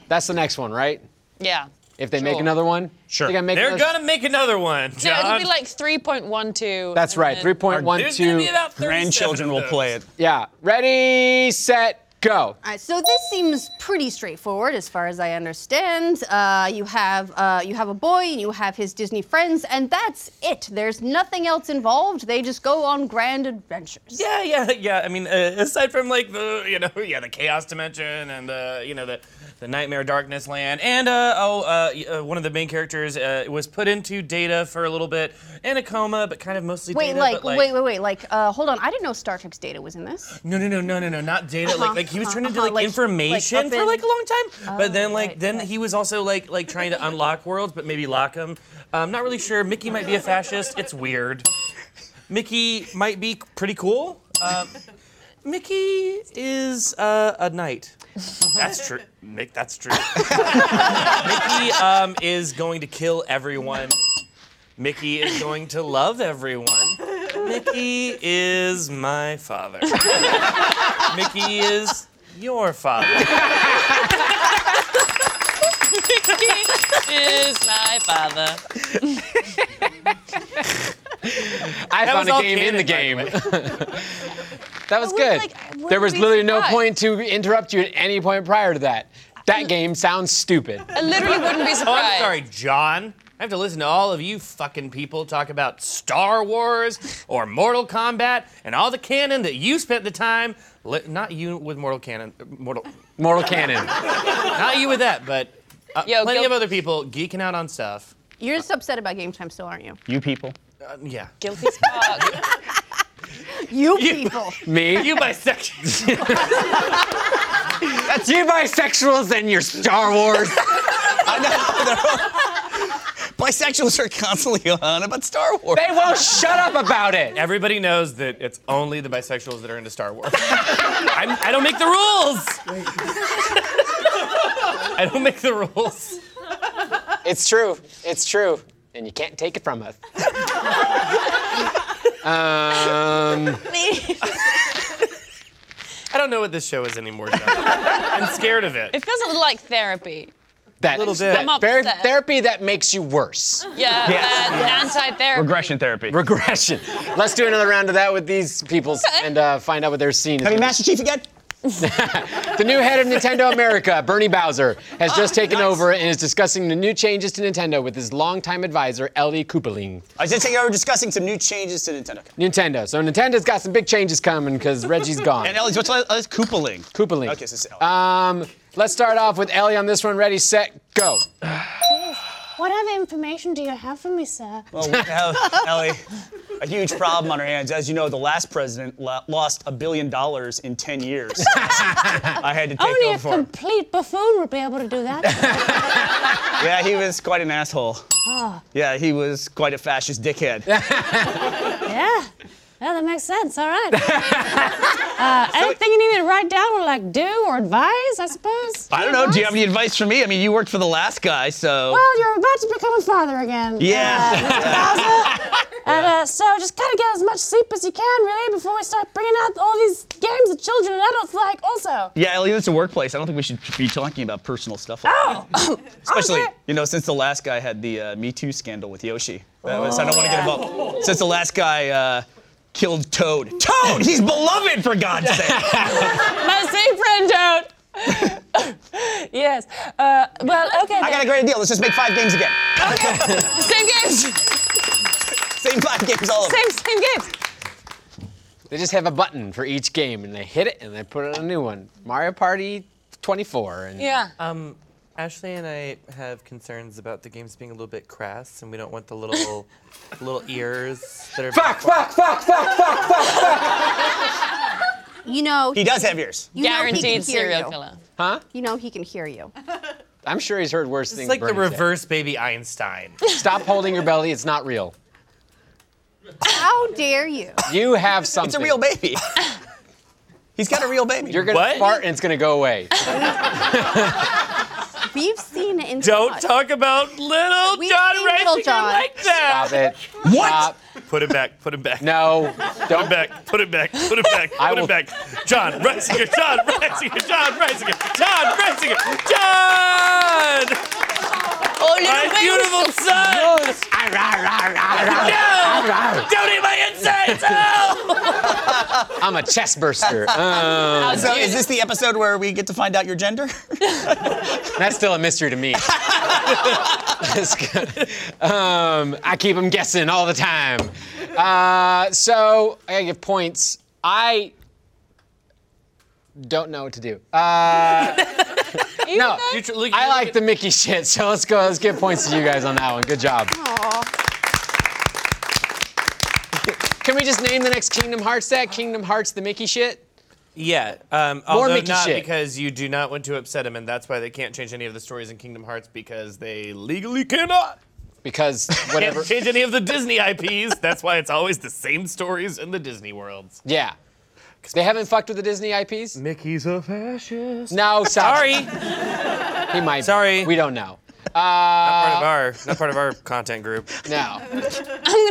Speaker 2: That's the next one, right?
Speaker 3: Yeah.
Speaker 2: If they make
Speaker 3: Sure.
Speaker 2: another one,
Speaker 4: Sure.
Speaker 2: They're gonna make
Speaker 4: They're
Speaker 2: another-
Speaker 4: gonna make another one.
Speaker 3: So it'll
Speaker 4: John.
Speaker 3: be like 3.12.
Speaker 2: [laughs] That's
Speaker 3: and
Speaker 2: right.
Speaker 3: then-
Speaker 2: Three point one
Speaker 4: There's gonna be
Speaker 2: two.
Speaker 4: about 37
Speaker 5: Grandchildren
Speaker 4: of
Speaker 5: will
Speaker 4: those.
Speaker 5: play it.
Speaker 2: Yeah. Ready, set, go.
Speaker 6: All right, Uh, so this seems pretty straightforward as far as I understand. Uh, you have uh, you have a boy and you have his Disney friends, and that's it. There's nothing else involved. They just go on grand adventures.
Speaker 4: Yeah, yeah, yeah. I mean, uh, aside from like the you know [laughs] yeah the chaos dimension and the you know the the nightmare darkness land and uh, oh uh, y- uh, one of the main characters uh, was put into Data for a little bit in a coma, but kind of mostly
Speaker 6: Wait,
Speaker 4: Data.
Speaker 6: like,
Speaker 4: but, like
Speaker 6: wait, wait, wait, like, uh, hold on. I didn't know Star Trek's data was in this.
Speaker 4: No, no, no, no, no, no, not data.
Speaker 6: Uh-huh,
Speaker 4: like, like he was
Speaker 6: uh-huh,
Speaker 4: turned into
Speaker 6: uh-huh,
Speaker 4: like,
Speaker 6: like-
Speaker 4: information
Speaker 6: like up
Speaker 4: for like a
Speaker 6: in- Oh,
Speaker 4: long time. but then like
Speaker 6: right,
Speaker 4: then
Speaker 6: right.
Speaker 4: he was also like like trying to unlock worlds, but maybe lock them. Um, not really sure. Mickey might be a fascist. It's weird. Mickey might be pretty cool. Um, Mickey is uh, a knight. That's true. Mick, that's true. [laughs] Mickey um, is going to kill everyone. Mickey is going to love everyone. Mickey is my father. Mickey is your [laughs] father.
Speaker 3: is my father.
Speaker 2: I found
Speaker 4: was all
Speaker 2: a game in the
Speaker 4: canon,
Speaker 2: game. that was
Speaker 6: I was
Speaker 2: good.
Speaker 6: like, I- what
Speaker 2: there
Speaker 6: a
Speaker 2: was literally
Speaker 6: basic
Speaker 2: no
Speaker 6: guy.
Speaker 2: point to interrupt you at any point prior to that.
Speaker 6: [laughs]
Speaker 2: That game sounds stupid.
Speaker 3: I
Speaker 2: [laughs]
Speaker 3: literally wouldn't be
Speaker 4: Oh,
Speaker 3: surprised.
Speaker 4: I'm sorry, John. I have to listen to all of you fucking people talk about Star Wars or Mortal Kombat and all the canon that you spent the time. Li- not you with Mortal Canon. Mortal.
Speaker 2: Mortal canon.
Speaker 4: Not you with that, but uh,
Speaker 3: Yo,
Speaker 4: plenty
Speaker 3: go-
Speaker 4: of other people geeking out on stuff.
Speaker 6: You're just upset about game time, still, aren't you?
Speaker 5: You people.
Speaker 4: Uh, yeah.
Speaker 3: Guilty as fuck.
Speaker 6: You people.
Speaker 2: Me.
Speaker 4: You bisexual.
Speaker 2: That's you bisexuals and your Star
Speaker 4: [laughs]
Speaker 2: Wars.
Speaker 5: I [laughs] know. they're all- Bisexuals are constantly on about Star Wars.
Speaker 2: they won't shut up about it.
Speaker 4: [laughs] Everybody knows that it's only the bisexuals that are into Star [laughs] Wars. I'm, I don't make the rules. [laughs] I don't make the rules.
Speaker 2: It's true. It's true. And you can't take it from us. Um,
Speaker 4: I don't know what this show is anymore. Jeff. [laughs] I'm scared of it.
Speaker 3: It feels a little like therapy.
Speaker 2: that,
Speaker 4: Little bit.
Speaker 2: that
Speaker 4: I'm
Speaker 2: ther-
Speaker 3: upset.
Speaker 2: therapy that makes you worse.
Speaker 3: Yeah, that anti-therapy.
Speaker 5: Regression therapy.
Speaker 2: Regression. Let's do another round of that with these peoples
Speaker 3: Okay.
Speaker 2: and uh, find out what their scene is.
Speaker 5: Have you Master Chief again?
Speaker 2: The new head of Nintendo America, Bernie Bowser, has just taken over and is discussing the new changes to Nintendo with his longtime advisor, Ellie Koopaling.
Speaker 5: I did take over discussing some new changes to Nintendo.
Speaker 2: Nintendo. So Nintendo's got some big changes coming because Reggie's gone.
Speaker 5: And Ellie's, what's the other? Koopaling.
Speaker 2: Koopaling.
Speaker 5: Okay, so it's Ellie.
Speaker 7: Uh,
Speaker 2: Um, let's start off with Ellie on this one. Ready, set, go.
Speaker 7: What other information do you have for me, sir?
Speaker 5: Well, we have,
Speaker 7: [laughs]
Speaker 5: Ellie, a huge problem on our hands. As you know, the last president lo- lost a billion dollars in
Speaker 7: [laughs]
Speaker 5: 10 years. I had to take
Speaker 7: Only
Speaker 5: over
Speaker 7: a
Speaker 5: for him.
Speaker 7: complete buffoon would be able to do that.
Speaker 5: Yeah, he was quite an asshole.
Speaker 7: Ah.
Speaker 5: Yeah, he was quite a fascist dickhead.
Speaker 7: yeah. Yeah, that makes sense. All right. uh, anything you need me to write down or like do or advise, I suppose?
Speaker 5: I don't know. Do you have any advice for me? I mean, you worked for the last guy, so.
Speaker 7: Well, you're about to become a father again.
Speaker 5: Yeah.
Speaker 7: Uh, Mr. Bowser. and uh, so just kind of get as much sleep as you can, really, before we start bringing out all these games that children and adults like, also.
Speaker 5: yeah, Ellie, it's a workplace. I don't think we should be talking about personal stuff like that. Especially,
Speaker 7: Okay.
Speaker 5: you know, since the last guy had the uh, Me Too scandal with Yoshi. That was, I don't want to get involved. Since the last guy uh, killed Toad. Toad! He's beloved, for God's sake!
Speaker 7: My same friend out. [laughs] yes. Uh, well, okay.
Speaker 5: I got a great idea. Let's just make five games again.
Speaker 3: Same games.
Speaker 5: Same five games all over.
Speaker 7: Same, same games.
Speaker 2: They just have a button for each game and they hit it and they put on a new one. Mario Party 24. And
Speaker 3: Yeah.
Speaker 8: Ashley and I have concerns about the games being a little bit crass, and we don't want the little [laughs] little ears that are.
Speaker 2: Fuck, fuck, fuck, fuck, fuck, fuck.
Speaker 6: You know,
Speaker 5: He does have ears.
Speaker 6: you know he can
Speaker 3: Guaranteed
Speaker 6: hear
Speaker 3: serial
Speaker 6: you.
Speaker 3: killer.
Speaker 6: You know he can hear you.
Speaker 2: I'm sure he's heard worse
Speaker 8: It's
Speaker 2: things.
Speaker 8: like the
Speaker 2: Bernie said.
Speaker 8: reverse baby Einstein.
Speaker 2: Stop holding your belly. It's not real.
Speaker 6: How dare you?
Speaker 2: You have something.
Speaker 5: It's a real baby. He's got a real baby.
Speaker 2: You're gonna
Speaker 4: What?
Speaker 2: fart and it's gonna go away.
Speaker 6: We've seen it in
Speaker 4: Don't
Speaker 6: thought.
Speaker 4: talk about little
Speaker 6: We've
Speaker 4: John
Speaker 6: seen
Speaker 4: Reisinger
Speaker 6: Little John.
Speaker 4: like that.
Speaker 2: Stop it.
Speaker 5: What?
Speaker 2: Stop.
Speaker 4: Put it back. Put it back.
Speaker 2: No. Don't.
Speaker 4: [laughs] Put it back. Put it
Speaker 2: [laughs]
Speaker 4: back. Put it back.
Speaker 2: I
Speaker 4: Put
Speaker 2: will-
Speaker 4: it back. John Reisinger. John Reisinger. John Reisinger. John Reisinger. John.
Speaker 3: Oh, you
Speaker 4: My beautiful son. No. Don't eat my insides. Oh.
Speaker 2: I'm a chest burster. Um,
Speaker 5: So is this the episode where we get to find out your gender?
Speaker 2: that's still a mystery to me. That's good. um, I keep them guessing all the time. Uh, so I gotta give points. I don't know what to do. Uh,
Speaker 8: [laughs]
Speaker 2: no,
Speaker 4: Future- look-
Speaker 2: I like the Mickey shit. So let's go. Let's give points to you guys on that one. Good job. Can we just name the next Kingdom Hearts that? Kingdom Hearts the Mickey shit?
Speaker 8: Yeah, um, although
Speaker 2: Mickey
Speaker 8: not
Speaker 2: shit.
Speaker 8: because you do not want to upset him, and that's why they can't change any of the stories in Kingdom Hearts because they legally cannot.
Speaker 2: Because whatever.
Speaker 8: [laughs] Can't change any of the Disney IPs. That's why it's always the same stories in the Disney worlds.
Speaker 2: yeah. They haven't fucked with the Disney IPs?
Speaker 8: Mickey's a fascist.
Speaker 2: No, stop.
Speaker 8: Sorry,
Speaker 2: He might. be.
Speaker 8: Sorry.
Speaker 2: We don't know.
Speaker 8: part of our not part of our content group.
Speaker 2: No.
Speaker 3: I'm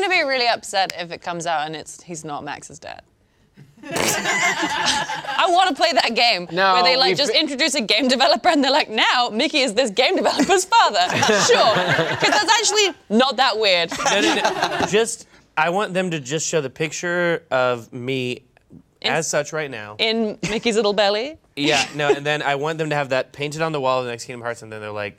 Speaker 3: gonna be really upset if it comes out and it's he's not Max's dad. [laughs] I want to play that game
Speaker 2: No,
Speaker 3: where they like
Speaker 2: we've
Speaker 3: just
Speaker 2: been-
Speaker 3: introduce a game developer and they're like, now Mickey is this game developer's father.
Speaker 2: [laughs]
Speaker 3: sure, because that's actually not that weird.
Speaker 8: No, no, no. Just I want them to just show the picture of me as such right now.
Speaker 3: In Mickey's little belly.
Speaker 8: Yeah, no, and then I want them to have that painted on the wall of the next Kingdom Hearts, and then they're like,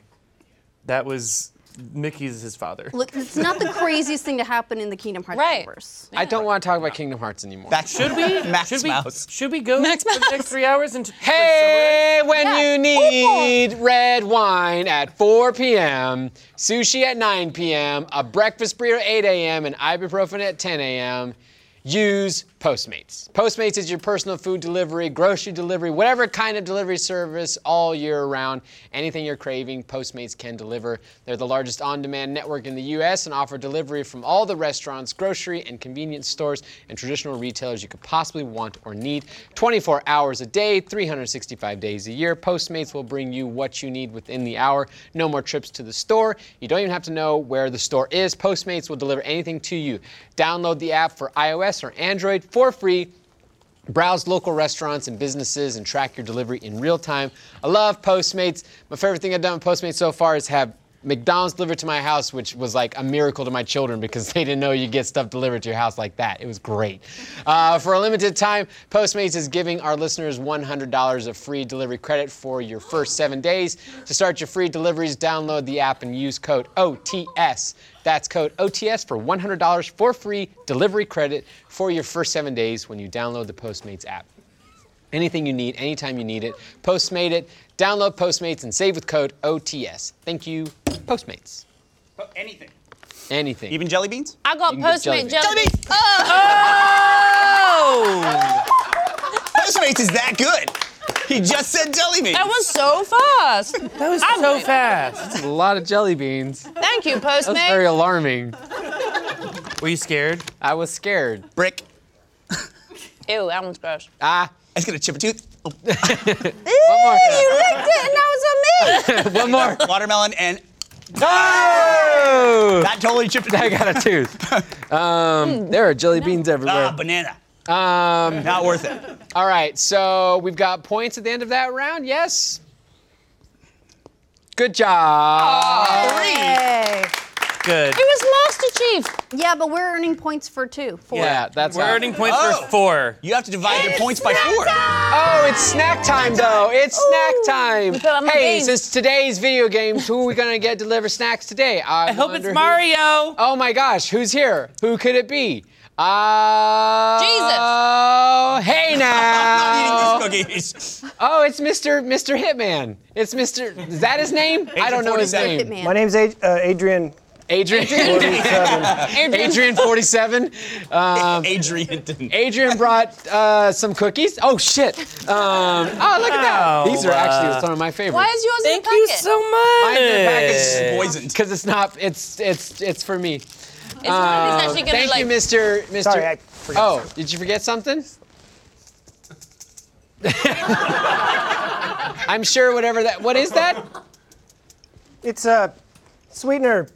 Speaker 8: that was Mickey's his father.
Speaker 6: Look, it's not the craziest thing to happen in the Kingdom Hearts
Speaker 3: Right.
Speaker 6: universe.
Speaker 2: I don't want to talk about Kingdom Hearts anymore.
Speaker 5: Should we?
Speaker 2: [laughs]
Speaker 5: Max
Speaker 8: Should we,
Speaker 5: Mouse.
Speaker 8: should we go
Speaker 3: Max
Speaker 8: for the
Speaker 3: Mouse.
Speaker 8: next three hours and t- like,
Speaker 2: Hey, when
Speaker 6: Yeah.
Speaker 2: you need red wine at 4 p.m., sushi at 9 p.m., a breakfast burrito at 8 a.m., and ibuprofen at 10 a.m., use Postmates. Postmates is your personal food delivery, grocery delivery, whatever kind of delivery service all year round. Anything you're craving, Postmates can deliver. They're the largest on demand network in the US and offer delivery from all the restaurants, grocery, and convenience stores and traditional retailers you could possibly want or need. 24 hours a day, 365 days a year. Postmates will bring you what you need within the hour. No more trips to the store. You don't even have to know where the store is. Postmates will deliver anything to you. Download the app for iOS or Android for free. Browse local restaurants and businesses and track your delivery in real time. I love Postmates. My favorite thing I've done with Postmates so far is have McDonald's delivered to my house, which was like a miracle to my children because [laughs] they didn't know you get stuff delivered to your house like that. It was great. Uh, for a limited time, Postmates is giving our listeners $100 of free delivery credit for your first seven days. To start your free deliveries, download the app and use code OTS. That's code OTS for $100 for free delivery credit for your first seven days when you download the Postmates app. Anything you need, anytime you need it, Postmate it. Download Postmates and save with code OTS. Thank you, Postmates.
Speaker 5: Anything.
Speaker 2: Anything.
Speaker 5: Even jelly beans?
Speaker 3: I got
Speaker 2: You can get jelly
Speaker 3: Postmate
Speaker 2: beans.
Speaker 3: jelly.
Speaker 5: Jelly beans!
Speaker 3: Oh!
Speaker 5: Postmates is that good. He just said jelly beans.
Speaker 3: That was so fast.
Speaker 8: That was so fast.
Speaker 2: a lot of jelly beans.
Speaker 3: Thank you,
Speaker 2: That's very
Speaker 3: Postmate.
Speaker 2: alarming.
Speaker 8: Were you scared?
Speaker 2: I was scared.
Speaker 5: Brick.
Speaker 3: Ew, that one's gross.
Speaker 2: Ah,
Speaker 5: I was gonna chip a tooth. Oh,
Speaker 2: one more.
Speaker 3: You licked it and that was on me.
Speaker 2: one more.
Speaker 5: Watermelon and
Speaker 2: No!
Speaker 5: that totally chipped a tooth.
Speaker 2: I got a tooth. Um, there are jelly beans everywhere.
Speaker 5: ah, banana.
Speaker 2: Um,
Speaker 5: Not worth it.
Speaker 2: all right, so we've got points at the end of that round. Yes. Good
Speaker 6: Ah.
Speaker 2: job.
Speaker 6: Yay.
Speaker 8: Good.
Speaker 3: It was Master Chief.
Speaker 6: Yeah, but we're earning points for two. Four.
Speaker 2: Yeah, that's
Speaker 8: We're
Speaker 2: how-
Speaker 8: earning points
Speaker 5: Oh.
Speaker 8: for four.
Speaker 5: You have to divide your points by four.
Speaker 2: Oh, it's snack time though. It's snack time.
Speaker 3: We put on the
Speaker 2: Hey,
Speaker 3: beans.
Speaker 2: since today's video games, who are we gonna get deliver snacks today? I,
Speaker 4: I hope it's
Speaker 2: wonder who-
Speaker 4: Mario.
Speaker 2: Oh my gosh, who's here? Who could it be? Uh,
Speaker 3: Jesus.
Speaker 2: Oh, hey now.
Speaker 5: I'm not eating these cookies.
Speaker 2: oh, it's Mr. Mr. Hitman. It's Mr. Is that his name? I don't know his
Speaker 5: 47.
Speaker 2: name.
Speaker 6: Hitman.
Speaker 9: My name's Ad- uh, Adrian.
Speaker 2: Adrian. [laughs] Adrian 47.
Speaker 5: Adrian didn't.
Speaker 2: Adrian brought uh, some cookies. Oh shit. Um, oh look at that. These are actually some of my favorites.
Speaker 3: Why is yours
Speaker 8: Thank
Speaker 3: in the
Speaker 8: you
Speaker 3: packet?
Speaker 8: so
Speaker 2: Mine's in the package.
Speaker 8: much.
Speaker 5: Poisoned.
Speaker 2: Because it's not. It's it's it's for me.
Speaker 3: It's not- it's actually gonna
Speaker 2: Thank
Speaker 3: like.
Speaker 2: you, Mr. Mr.
Speaker 9: Sorry, I forgot.
Speaker 2: oh, did you forget
Speaker 9: [laughs]
Speaker 2: something? I'm sure whatever that. What is that?
Speaker 9: It's a sweetener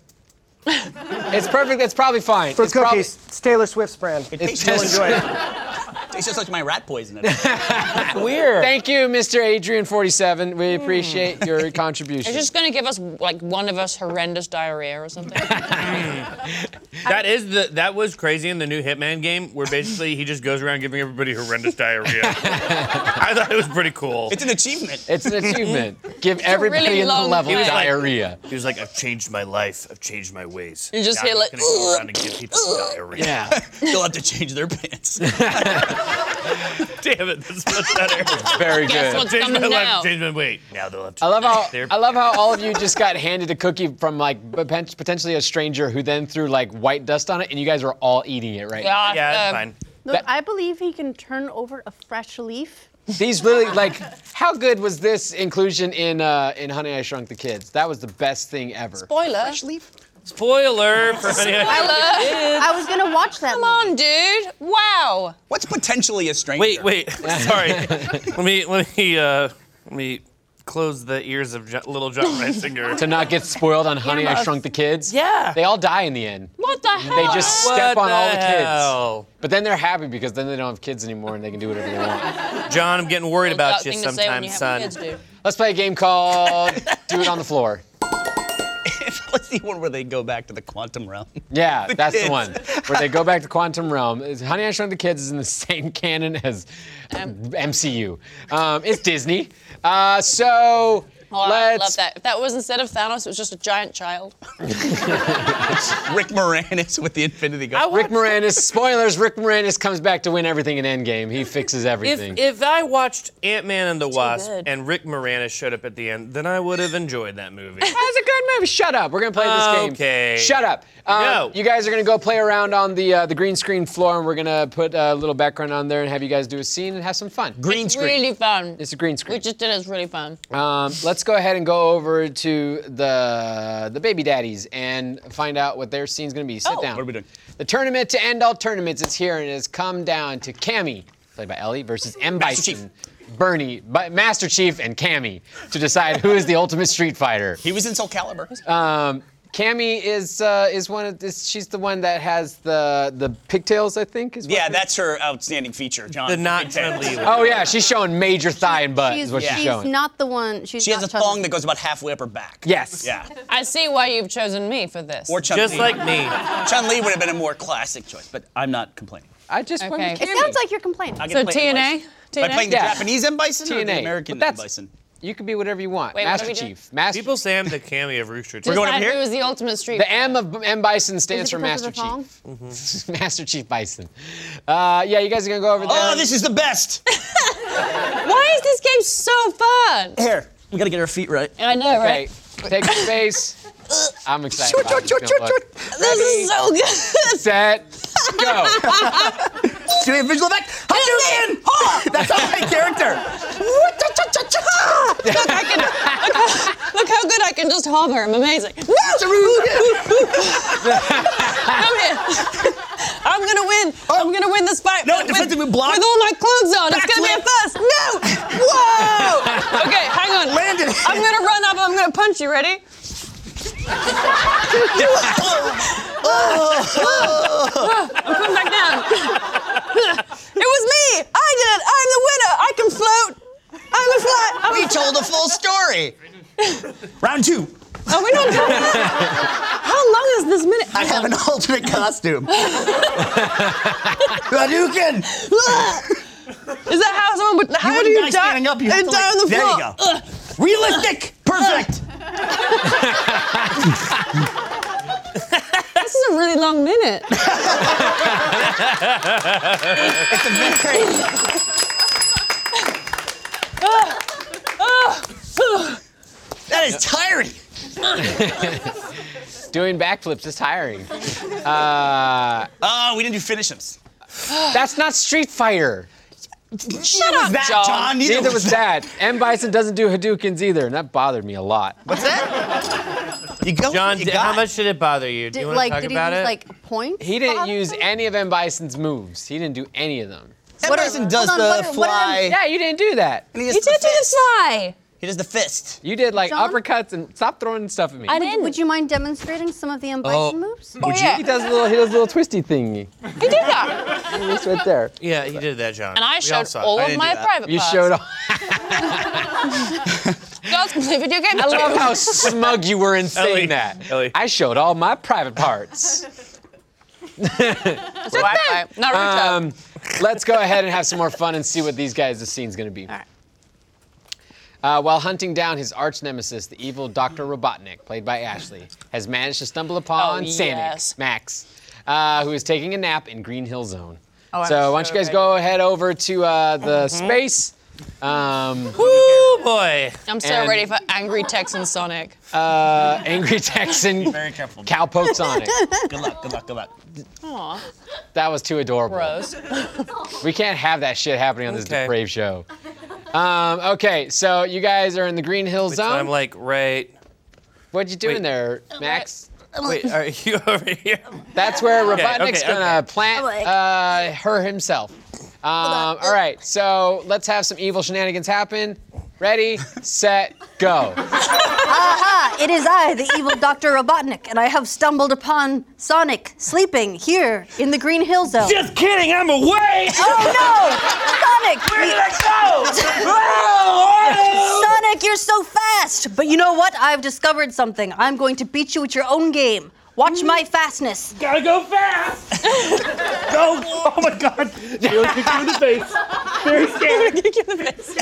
Speaker 2: It's perfect. That's probably fine.
Speaker 9: for
Speaker 2: it's
Speaker 9: cookies.
Speaker 2: probably-
Speaker 9: It's Taylor Swift's brand.
Speaker 5: It
Speaker 2: It's
Speaker 5: tastes just,
Speaker 2: just-
Speaker 5: tastes just like my rat poison.
Speaker 8: Weird.
Speaker 2: Thank you, Mr. Adrian 47. We appreciate
Speaker 3: [laughs]
Speaker 2: your contribution.
Speaker 3: It's Hmm. just gonna give us like one of us horrendous diarrhea or something.
Speaker 4: That is the that was crazy in the new Hitman game where basically he just goes around giving everybody horrendous diarrhea.
Speaker 2: [laughs]
Speaker 4: I thought it was pretty cool.
Speaker 5: It's an achievement.
Speaker 2: It's
Speaker 3: [laughs]
Speaker 2: an achievement. Give everybody
Speaker 3: really
Speaker 2: in the
Speaker 3: long
Speaker 2: level
Speaker 3: He was
Speaker 4: like-
Speaker 2: diarrhea.
Speaker 4: He was like, I've changed my life. I've changed my ways.
Speaker 3: You just
Speaker 4: Now
Speaker 3: hear
Speaker 4: I'm
Speaker 3: like,
Speaker 4: gonna go around and give people diarrhea.
Speaker 2: yeah.
Speaker 5: They'll have to change their pants.
Speaker 4: [laughs] Damn it, that's much
Speaker 2: [laughs] [laughs]
Speaker 4: better.
Speaker 2: Very
Speaker 3: Guess
Speaker 2: good.
Speaker 3: what's
Speaker 4: Change my
Speaker 3: coming now?
Speaker 4: life, change my weight. Now they'll have to.
Speaker 2: I love how
Speaker 4: their-
Speaker 2: I love how all of you just got handed a cookie from like poten- potentially a stranger who then threw like white dust on it, and you guys are all eating it right now.
Speaker 3: Yeah,
Speaker 4: Yeah,
Speaker 3: uh,
Speaker 4: that's fine.
Speaker 6: Look, I believe he can turn over a fresh leaf.
Speaker 2: These really like how good was this inclusion in uh, in Honey I Shrunk the Kids? That was the best thing ever.
Speaker 3: Spoiler.
Speaker 4: Spoiler for
Speaker 3: Spoiler.
Speaker 6: I was gonna watch that.
Speaker 3: Come on, dude. Wow.
Speaker 5: What's potentially a stranger?
Speaker 8: Wait,
Speaker 5: [laughs]
Speaker 2: [laughs]
Speaker 8: wait. Sorry.
Speaker 4: let me let me uh, let me close the ears of jo- little John Reisinger.
Speaker 2: To not get spoiled on Honey I Shrunk the Kids.
Speaker 8: Yeah.
Speaker 2: They all die in the end.
Speaker 3: What the hell?
Speaker 2: They just step on all the kids.
Speaker 8: hell?
Speaker 2: But then they're happy because then they don't have kids anymore and they can do whatever they want.
Speaker 8: John, I'm getting worried about
Speaker 3: That
Speaker 8: you
Speaker 3: thing to say when you
Speaker 8: sometimes,
Speaker 3: have
Speaker 8: son.
Speaker 3: kids, dude.
Speaker 2: Let's play a game called Do It on the Floor.
Speaker 5: Let's see one where they go back to the quantum realm.
Speaker 2: Yeah, that's the
Speaker 5: kids.
Speaker 2: one where they go back to quantum realm. It's- Honey, I Shrunk the Kids is in the [laughs] same canon as MCU. Um, it's Disney. Uh, so
Speaker 3: Oh, I
Speaker 2: Let's-
Speaker 3: love that. If that was instead of Thanos, it was just a giant child.
Speaker 5: Rick Moranis with the Infinity Gauntlet.
Speaker 2: Rick Moranis, spoilers, Rick Moranis comes back to win everything in Endgame. He fixes
Speaker 4: If,
Speaker 2: everything.
Speaker 4: if I watched Ant Man and the Wasp
Speaker 3: good.
Speaker 4: and Rick Moranis showed up at the end, then I would have enjoyed
Speaker 3: [laughs]
Speaker 4: that movie.
Speaker 2: That's a good movie. Shut up. We're gonna play this game.
Speaker 4: Okay.
Speaker 2: Shut up. Um,
Speaker 4: No.
Speaker 2: You guys are gonna go play around on the uh, the green screen floor, and we're gonna put a little background on there and have you guys do a scene and have some fun.
Speaker 5: Green
Speaker 3: It's
Speaker 5: screen.
Speaker 3: really fun.
Speaker 2: It's a green
Speaker 3: we
Speaker 2: screen.
Speaker 3: just did it. It's really fun.
Speaker 2: Um, let's go ahead and go over to the the baby daddies and find out what their scene's gonna be. Sit down.
Speaker 5: Oh, What are we doing?
Speaker 2: The tournament to end all tournaments is here and it has come down to Cammy, played by Ellie, versus M.
Speaker 5: Master
Speaker 2: Bison, Bernie, but Master Chief, and Cammy to decide who is the ultimate Street Fighter.
Speaker 5: He was in Soul Calibur.
Speaker 2: Um, Cammy is uh, is one of this. She's the one that has the the pigtails, I think. Is what
Speaker 5: yeah,
Speaker 2: her-
Speaker 5: that's her outstanding feature, John.
Speaker 4: The not
Speaker 5: Pigtails.
Speaker 4: friendly one.
Speaker 2: Oh yeah, she's showing major thigh and butt.
Speaker 6: She's,
Speaker 2: is what she's
Speaker 6: she's
Speaker 2: showing.
Speaker 6: not the one. She's
Speaker 5: She has a
Speaker 6: not
Speaker 5: thong that goes about halfway up her back.
Speaker 2: yes.
Speaker 5: Yeah.
Speaker 3: I see why you've chosen me for this.
Speaker 5: Or Chun
Speaker 4: Just
Speaker 5: Li.
Speaker 4: like me.
Speaker 5: Chun Li would have been a more classic choice, but I'm not complaining.
Speaker 2: I just went
Speaker 3: Okay.
Speaker 2: with
Speaker 6: It
Speaker 2: Cammy.
Speaker 6: sounds like you're complaining.
Speaker 5: I get
Speaker 3: so
Speaker 5: to play
Speaker 3: TNA.
Speaker 5: M. Bison.
Speaker 3: TNA.
Speaker 5: By playing the
Speaker 2: Yeah.
Speaker 5: Japanese M. Bison or
Speaker 2: TNA,
Speaker 5: the American
Speaker 2: but
Speaker 5: M.
Speaker 2: that's-
Speaker 5: Bison?
Speaker 2: you could be whatever you want.
Speaker 3: Wait, what
Speaker 2: Master
Speaker 3: are we doing?
Speaker 2: Chief. Master.
Speaker 4: People say I'm the cameo of Rooster Teeth.
Speaker 3: We're
Speaker 5: going over here?
Speaker 3: It was the ultimate street.
Speaker 2: the M of M Bison stands
Speaker 6: Is it
Speaker 2: for
Speaker 6: because
Speaker 2: Master
Speaker 6: of the thong?
Speaker 2: Chief. Master Chief [laughs] Bison. Uh, yeah, you guys are gonna go over there.
Speaker 5: Oh, this is the best.
Speaker 3: why is this game so fun?
Speaker 5: [laughs] Here, we gotta get our feet right.
Speaker 3: I
Speaker 2: Okay.
Speaker 3: know, right?
Speaker 2: Take your space. I'm excited. about this. Don't look.
Speaker 3: This is so [laughs] good.
Speaker 2: Set. Go.
Speaker 5: Do we have visual effect? Hadouken! Ha! That's not my character.
Speaker 3: look, I can, look, look how good I can just hover. I'm amazing. Woo! Come here. I'm gonna win. I'm gonna win this fight.
Speaker 5: Oh. No,
Speaker 3: with,
Speaker 5: defensive
Speaker 3: with,
Speaker 5: move block.
Speaker 3: With all my clothes on, it's gonna be a
Speaker 5: Backflip.
Speaker 3: first. No! Whoa! Okay, hang on.
Speaker 5: Landed.
Speaker 3: I'm gonna run up. I'm gonna punch you.
Speaker 5: [laughs]
Speaker 3: Ready? I'm coming back down. it was me. I did it. I'm the winner. I can float. I'm a fly. I'm
Speaker 5: We told a full story. Round two.
Speaker 3: a, are we not done yet? How long is this minute?
Speaker 5: I have an [laughs] alternate costume. Hadouken!
Speaker 3: Is that how someone would? How do you die?
Speaker 5: die standing up, you
Speaker 3: and
Speaker 5: have to,
Speaker 3: die
Speaker 5: like-
Speaker 3: on the
Speaker 5: there
Speaker 3: floor.
Speaker 5: you go. Realistic! Perfect!
Speaker 3: This is a really long minute.
Speaker 5: it's a very That is tiring.
Speaker 2: Doing backflips is tiring.
Speaker 5: Oh, we didn't do finish ups.
Speaker 2: That's not Street Fighter.
Speaker 5: Shut up, that, John. Neither,
Speaker 2: Neither was that. M. Bison doesn't do Hadoukens either, and that bothered me a lot.
Speaker 5: What's that? You go.
Speaker 4: John,
Speaker 5: you
Speaker 4: did-
Speaker 5: got.
Speaker 4: how much did it bother you? Do
Speaker 6: Did,
Speaker 4: you want to
Speaker 6: like,
Speaker 4: talk
Speaker 6: did he
Speaker 4: about
Speaker 6: use
Speaker 4: it?
Speaker 6: like points?
Speaker 2: He didn't
Speaker 6: for
Speaker 2: use
Speaker 6: them?
Speaker 2: any of M. Bison's moves. He didn't do any of them.
Speaker 5: That
Speaker 6: What are-
Speaker 5: person does
Speaker 6: hold
Speaker 5: the
Speaker 6: on, what are- what are-
Speaker 5: fly.
Speaker 2: Yeah, you didn't do that.
Speaker 5: and he does
Speaker 3: You did do the
Speaker 5: fist.
Speaker 3: fly.
Speaker 5: He does the fist.
Speaker 2: You did like
Speaker 6: John?
Speaker 2: uppercuts and stop throwing stuff at me.
Speaker 3: I
Speaker 6: Would,
Speaker 3: didn't.
Speaker 6: would you mind demonstrating some of the M. Bison moves?
Speaker 3: Oh, yeah.
Speaker 2: He does a little. He does a little twisty thingy.
Speaker 3: He did that.
Speaker 2: It's right there.
Speaker 4: yeah, he did that, John.
Speaker 3: And I
Speaker 4: We
Speaker 3: showed
Speaker 4: saw it.
Speaker 3: all
Speaker 5: I
Speaker 3: of
Speaker 5: didn't
Speaker 3: my
Speaker 5: do that.
Speaker 3: private
Speaker 2: You
Speaker 3: parts.
Speaker 2: showed. off.
Speaker 3: Girls can play video games.
Speaker 2: I love how smug you were in saying
Speaker 4: Ellie,
Speaker 2: that.
Speaker 4: Ellie.
Speaker 2: I showed all my private parts.
Speaker 3: Wi-Fi. Naruto.
Speaker 2: Um, let's go ahead and have some more fun and see what these guys' the scene's gonna be.
Speaker 6: right.
Speaker 2: Uh, while hunting down his arch nemesis, the evil Dr. Robotnik, played by Ashley, has managed to stumble upon
Speaker 3: Oh,
Speaker 2: Sanic,
Speaker 3: yes.
Speaker 2: Max, uh, who is taking a nap in Green Hill Zone.
Speaker 3: Oh, I'm
Speaker 2: so why don't you
Speaker 3: so Mm-hmm.
Speaker 2: guys go ahead over to uh, the space? Um,
Speaker 4: Ooh, boy.
Speaker 3: I'm so
Speaker 2: and-
Speaker 3: ready for Angry Texan Sonic.
Speaker 2: uh, Angry Texan
Speaker 5: Very careful.
Speaker 2: Cowpoke Sonic.
Speaker 5: Good luck, good luck, good luck.
Speaker 3: Aw,
Speaker 2: That was too adorable.
Speaker 3: gross.
Speaker 2: We can't have that shit happening on this
Speaker 4: Okay.
Speaker 2: depraved show. Um, okay, so you guys are in the Green Hill
Speaker 4: Which
Speaker 2: Zone.
Speaker 4: I'm like, right.
Speaker 2: what you doing
Speaker 4: wait.
Speaker 2: there, Max?
Speaker 4: Wait, are you [laughs] over here?
Speaker 2: That's where Robotnik's
Speaker 4: okay,
Speaker 2: gonna plant
Speaker 6: Like-
Speaker 2: uh, her himself. Um, all right, so let's have some evil shenanigans happen. Ready, set,
Speaker 4: [laughs]
Speaker 2: go.
Speaker 6: Aha! It is I, the evil Dr. Robotnik, and I have stumbled upon Sonic sleeping here in the Green Hill Zone.
Speaker 4: Just kidding, I'm away!
Speaker 6: Oh no! Sonic! Where did I [laughs] go? Sonic, you're so fast! But you know what? I've discovered something. I'm going to beat you at your own game. Watch my fastness.
Speaker 4: Gotta go fast! go! Oh my god! Really kicked you in the face. Very scared.
Speaker 3: Kick you in the face.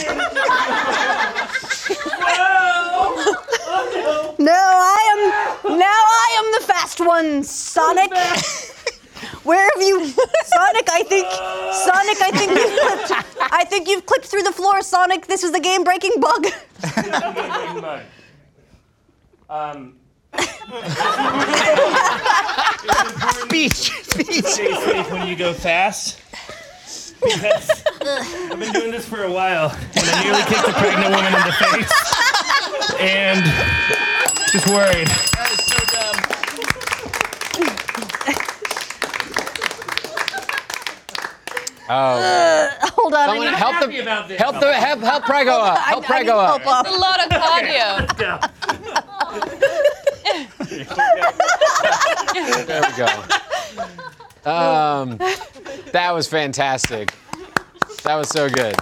Speaker 6: No, I am. Now I am the fast one, Sonic. [laughs] Where have you, Sonic? I think, Sonic. I think you've clipped. I think you've clipped through the floor, Sonic. This is the game-breaking bug. [laughs]
Speaker 4: Um,
Speaker 5: Speech. Speech.
Speaker 4: stay safe when you go fast. Because I've been doing this for a while, and I nearly kicked a pregnant woman in the face. And just worried.
Speaker 6: Hold on. I
Speaker 2: Someone
Speaker 6: need-
Speaker 2: help
Speaker 4: happy
Speaker 2: them.
Speaker 4: about this.
Speaker 2: Help the help help Prego up.
Speaker 6: I,
Speaker 2: Help
Speaker 6: I need
Speaker 2: Prego up.
Speaker 6: help uh, up.
Speaker 3: A lot of cardio.
Speaker 2: There we go. Um, that was fantastic. That was so good.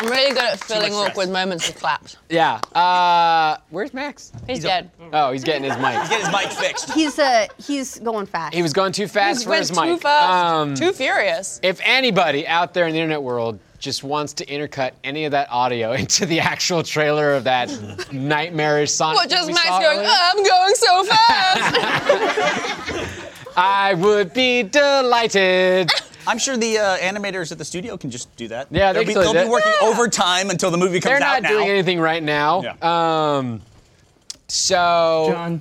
Speaker 3: I'm really good at filling awkward moments with [laughs] claps.
Speaker 2: Yeah. Uh, where's Max?
Speaker 3: He's dead.
Speaker 2: Oh, he's getting his mic.
Speaker 5: Get his mic fixed.
Speaker 6: He's uh, he's going fast.
Speaker 2: He was going too fast for
Speaker 3: went
Speaker 2: his
Speaker 3: too
Speaker 2: mic.
Speaker 3: fast,
Speaker 2: Um,
Speaker 3: too furious.
Speaker 2: if anybody out there in the internet world just wants to intercut any of that audio [laughs] into the actual trailer of that nightmarish Sonic,
Speaker 3: Well, just
Speaker 2: we
Speaker 3: Max
Speaker 2: saw
Speaker 3: going,
Speaker 2: earlier,
Speaker 3: I'm going [laughs] so fast.
Speaker 2: I would be
Speaker 3: [laughs]
Speaker 2: delighted.
Speaker 5: I'm sure the uh, animators at the studio can just do that.
Speaker 2: Yeah, they
Speaker 5: they'll be,
Speaker 2: can totally
Speaker 5: they'll
Speaker 2: do it.
Speaker 5: be working overtime until the movie
Speaker 2: They're
Speaker 5: comes
Speaker 2: not
Speaker 5: out
Speaker 2: doing
Speaker 5: now.
Speaker 2: anything right now. Um, so
Speaker 10: John,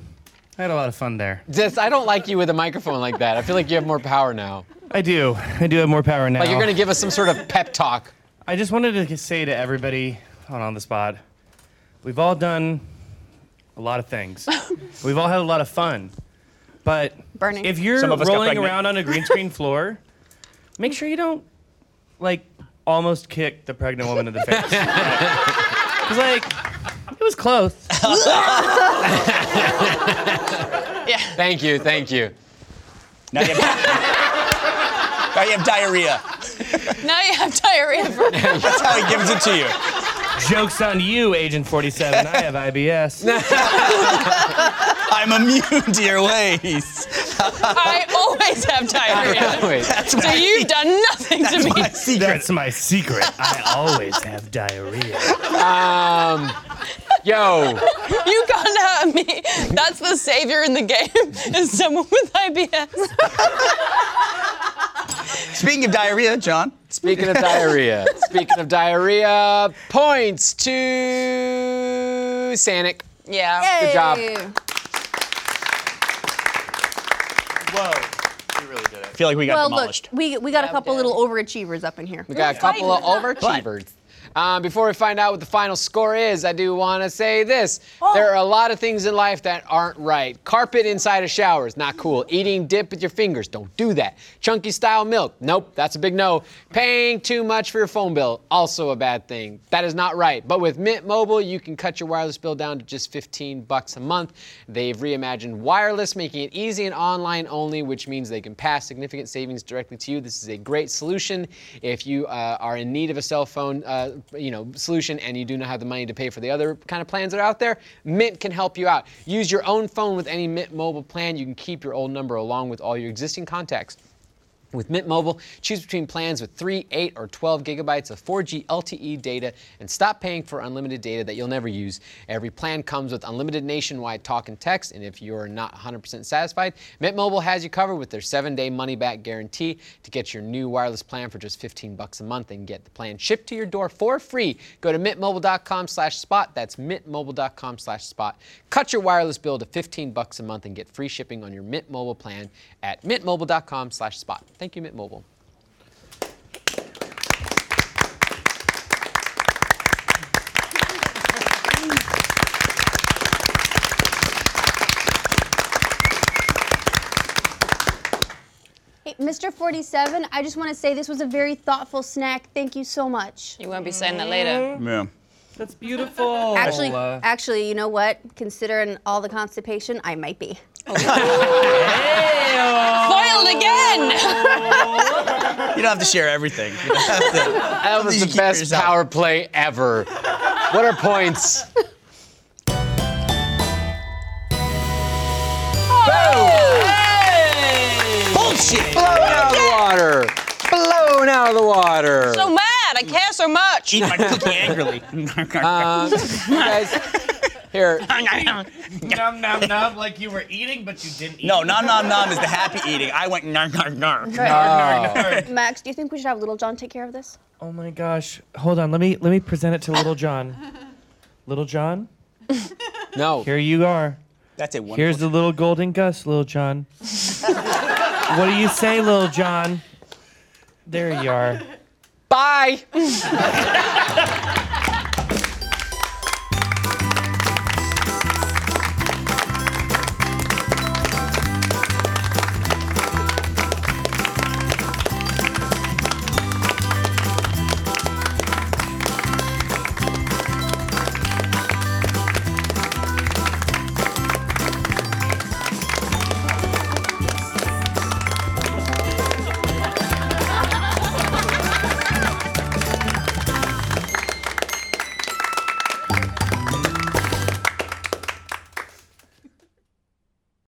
Speaker 10: I had a lot of fun there.
Speaker 2: Just, I don't like you with a microphone like that. I feel like you have more power now.
Speaker 10: I do. I do have more power now.
Speaker 2: Like you're gonna give us some sort of pep talk.
Speaker 10: I just wanted to say to everybody on on the spot, we've all done a lot
Speaker 2: [laughs]
Speaker 10: of things. we've all had a lot of fun, but
Speaker 6: Burning.
Speaker 10: if you're
Speaker 5: Some of us got
Speaker 10: rolling
Speaker 5: pregnant.
Speaker 10: around on a
Speaker 5: [laughs]
Speaker 10: green screen floor, make sure you don't like almost kick the pregnant woman in the
Speaker 5: [laughs]
Speaker 10: face. [laughs] Cause like it was close.
Speaker 2: Thank you, thank you. [laughs]
Speaker 5: Now you have, [laughs] now you have diarrhea.
Speaker 3: now you have diarrhea. [laughs] For-
Speaker 5: That's how he gives it to you.
Speaker 10: Jokes on you, Agent 47. I have IBS.
Speaker 5: I'm immune to your ways.
Speaker 3: I always have diarrhea.
Speaker 2: Wait,
Speaker 5: That's
Speaker 3: So
Speaker 5: my-
Speaker 3: you've done nothing to me.
Speaker 5: that's [laughs] my secret.
Speaker 10: [laughs] That's my secret. I always have diarrhea.
Speaker 2: um, yo,
Speaker 3: You can't hurt me. That's the savior in the game. [laughs] Is someone with IBS?
Speaker 5: Speaking of diarrhea, John.
Speaker 2: speaking of diarrhea, speaking of diarrhea, points to Sanic.
Speaker 3: Yeah.
Speaker 2: Good job.
Speaker 6: Hey.
Speaker 4: Whoa, you really did
Speaker 5: I
Speaker 4: it.
Speaker 5: feel like we got
Speaker 6: Well, look,
Speaker 5: demolished.
Speaker 6: we, we got a couple
Speaker 3: dude.
Speaker 6: little overachievers up in here.
Speaker 2: We got a couple of overachievers. Um, before we find out what the final score is, I do want to say this. There are a lot of things in life that aren't right. Carpet inside a shower is not cool. Eating dip with your fingers, don't do that. Chunky style milk, nope, that's a big no. Paying too much for your phone bill, also a bad thing. That is not right. But with Mint Mobile, you can cut your wireless bill down to just 15 bucks a month. They've reimagined wireless, making it easy and online only, which means they can pass significant savings directly to you. This is a great solution if you uh, are in need of a cell phone, uh, you know, solution and you do not have the money to pay for the other kind of plans that are out there. Mint can help you out. Use your own phone with any Mint Mobile plan. You can keep your old number along with all your existing contacts. With Mint Mobile, choose between plans with 3, 8, or 12 gigabytes of 4G LTE E data and stop paying for unlimited data that you'll never use. Every plan comes with unlimited nationwide talk and text, and if you're not 100% satisfied, Mint Mobile has you covered with their 7-day money-back guarantee. To get your new wireless plan for just 15 bucks a month and get the plan shipped to your door for free, go to mintmobile.com slash spot. That's mintmobile.com slash spot. Cut your wireless bill to 15 bucks a month and get free shipping on your Mint Mobile plan at mintmobile.com slash spot. Thank you, Mint Mobile.
Speaker 6: Hey, Mr. 47, I just want to say this was a very thoughtful snack. Thank you so much.
Speaker 3: You won't be saying that later.
Speaker 5: Yeah.
Speaker 10: That's
Speaker 2: Oh.
Speaker 10: beautiful.
Speaker 6: Actually,
Speaker 10: uh,
Speaker 6: actually, you know what? Considering all the constipation, I might be.
Speaker 3: Foiled again.
Speaker 5: You don't have to share everything. You don't have to-
Speaker 2: That was
Speaker 5: you
Speaker 2: the
Speaker 5: keep
Speaker 2: best
Speaker 5: yourself.
Speaker 2: power play ever. what are points? Oh!
Speaker 5: Bullshit!
Speaker 6: [laughs]
Speaker 2: Blown out of the water. Blown out of the water.
Speaker 3: So mad. that. I care so much.
Speaker 5: Eat my cookie angrily.
Speaker 2: Um, you guys, here.
Speaker 11: nom nom nom, like you were eating, but you didn't eat.
Speaker 5: [laughs] No, nom nom nom is the happy eating. I went nar nar nar.
Speaker 6: Max, do you think we should have Little John take care of this?
Speaker 10: Oh my gosh. Hold on. Let me let me present it to Little John. Little John,
Speaker 2: No.
Speaker 10: here you are.
Speaker 5: That's a wonderful.
Speaker 10: Here's the little golden gus, Little [laughs] John. what do you say, Little John? There you are.
Speaker 2: Bye.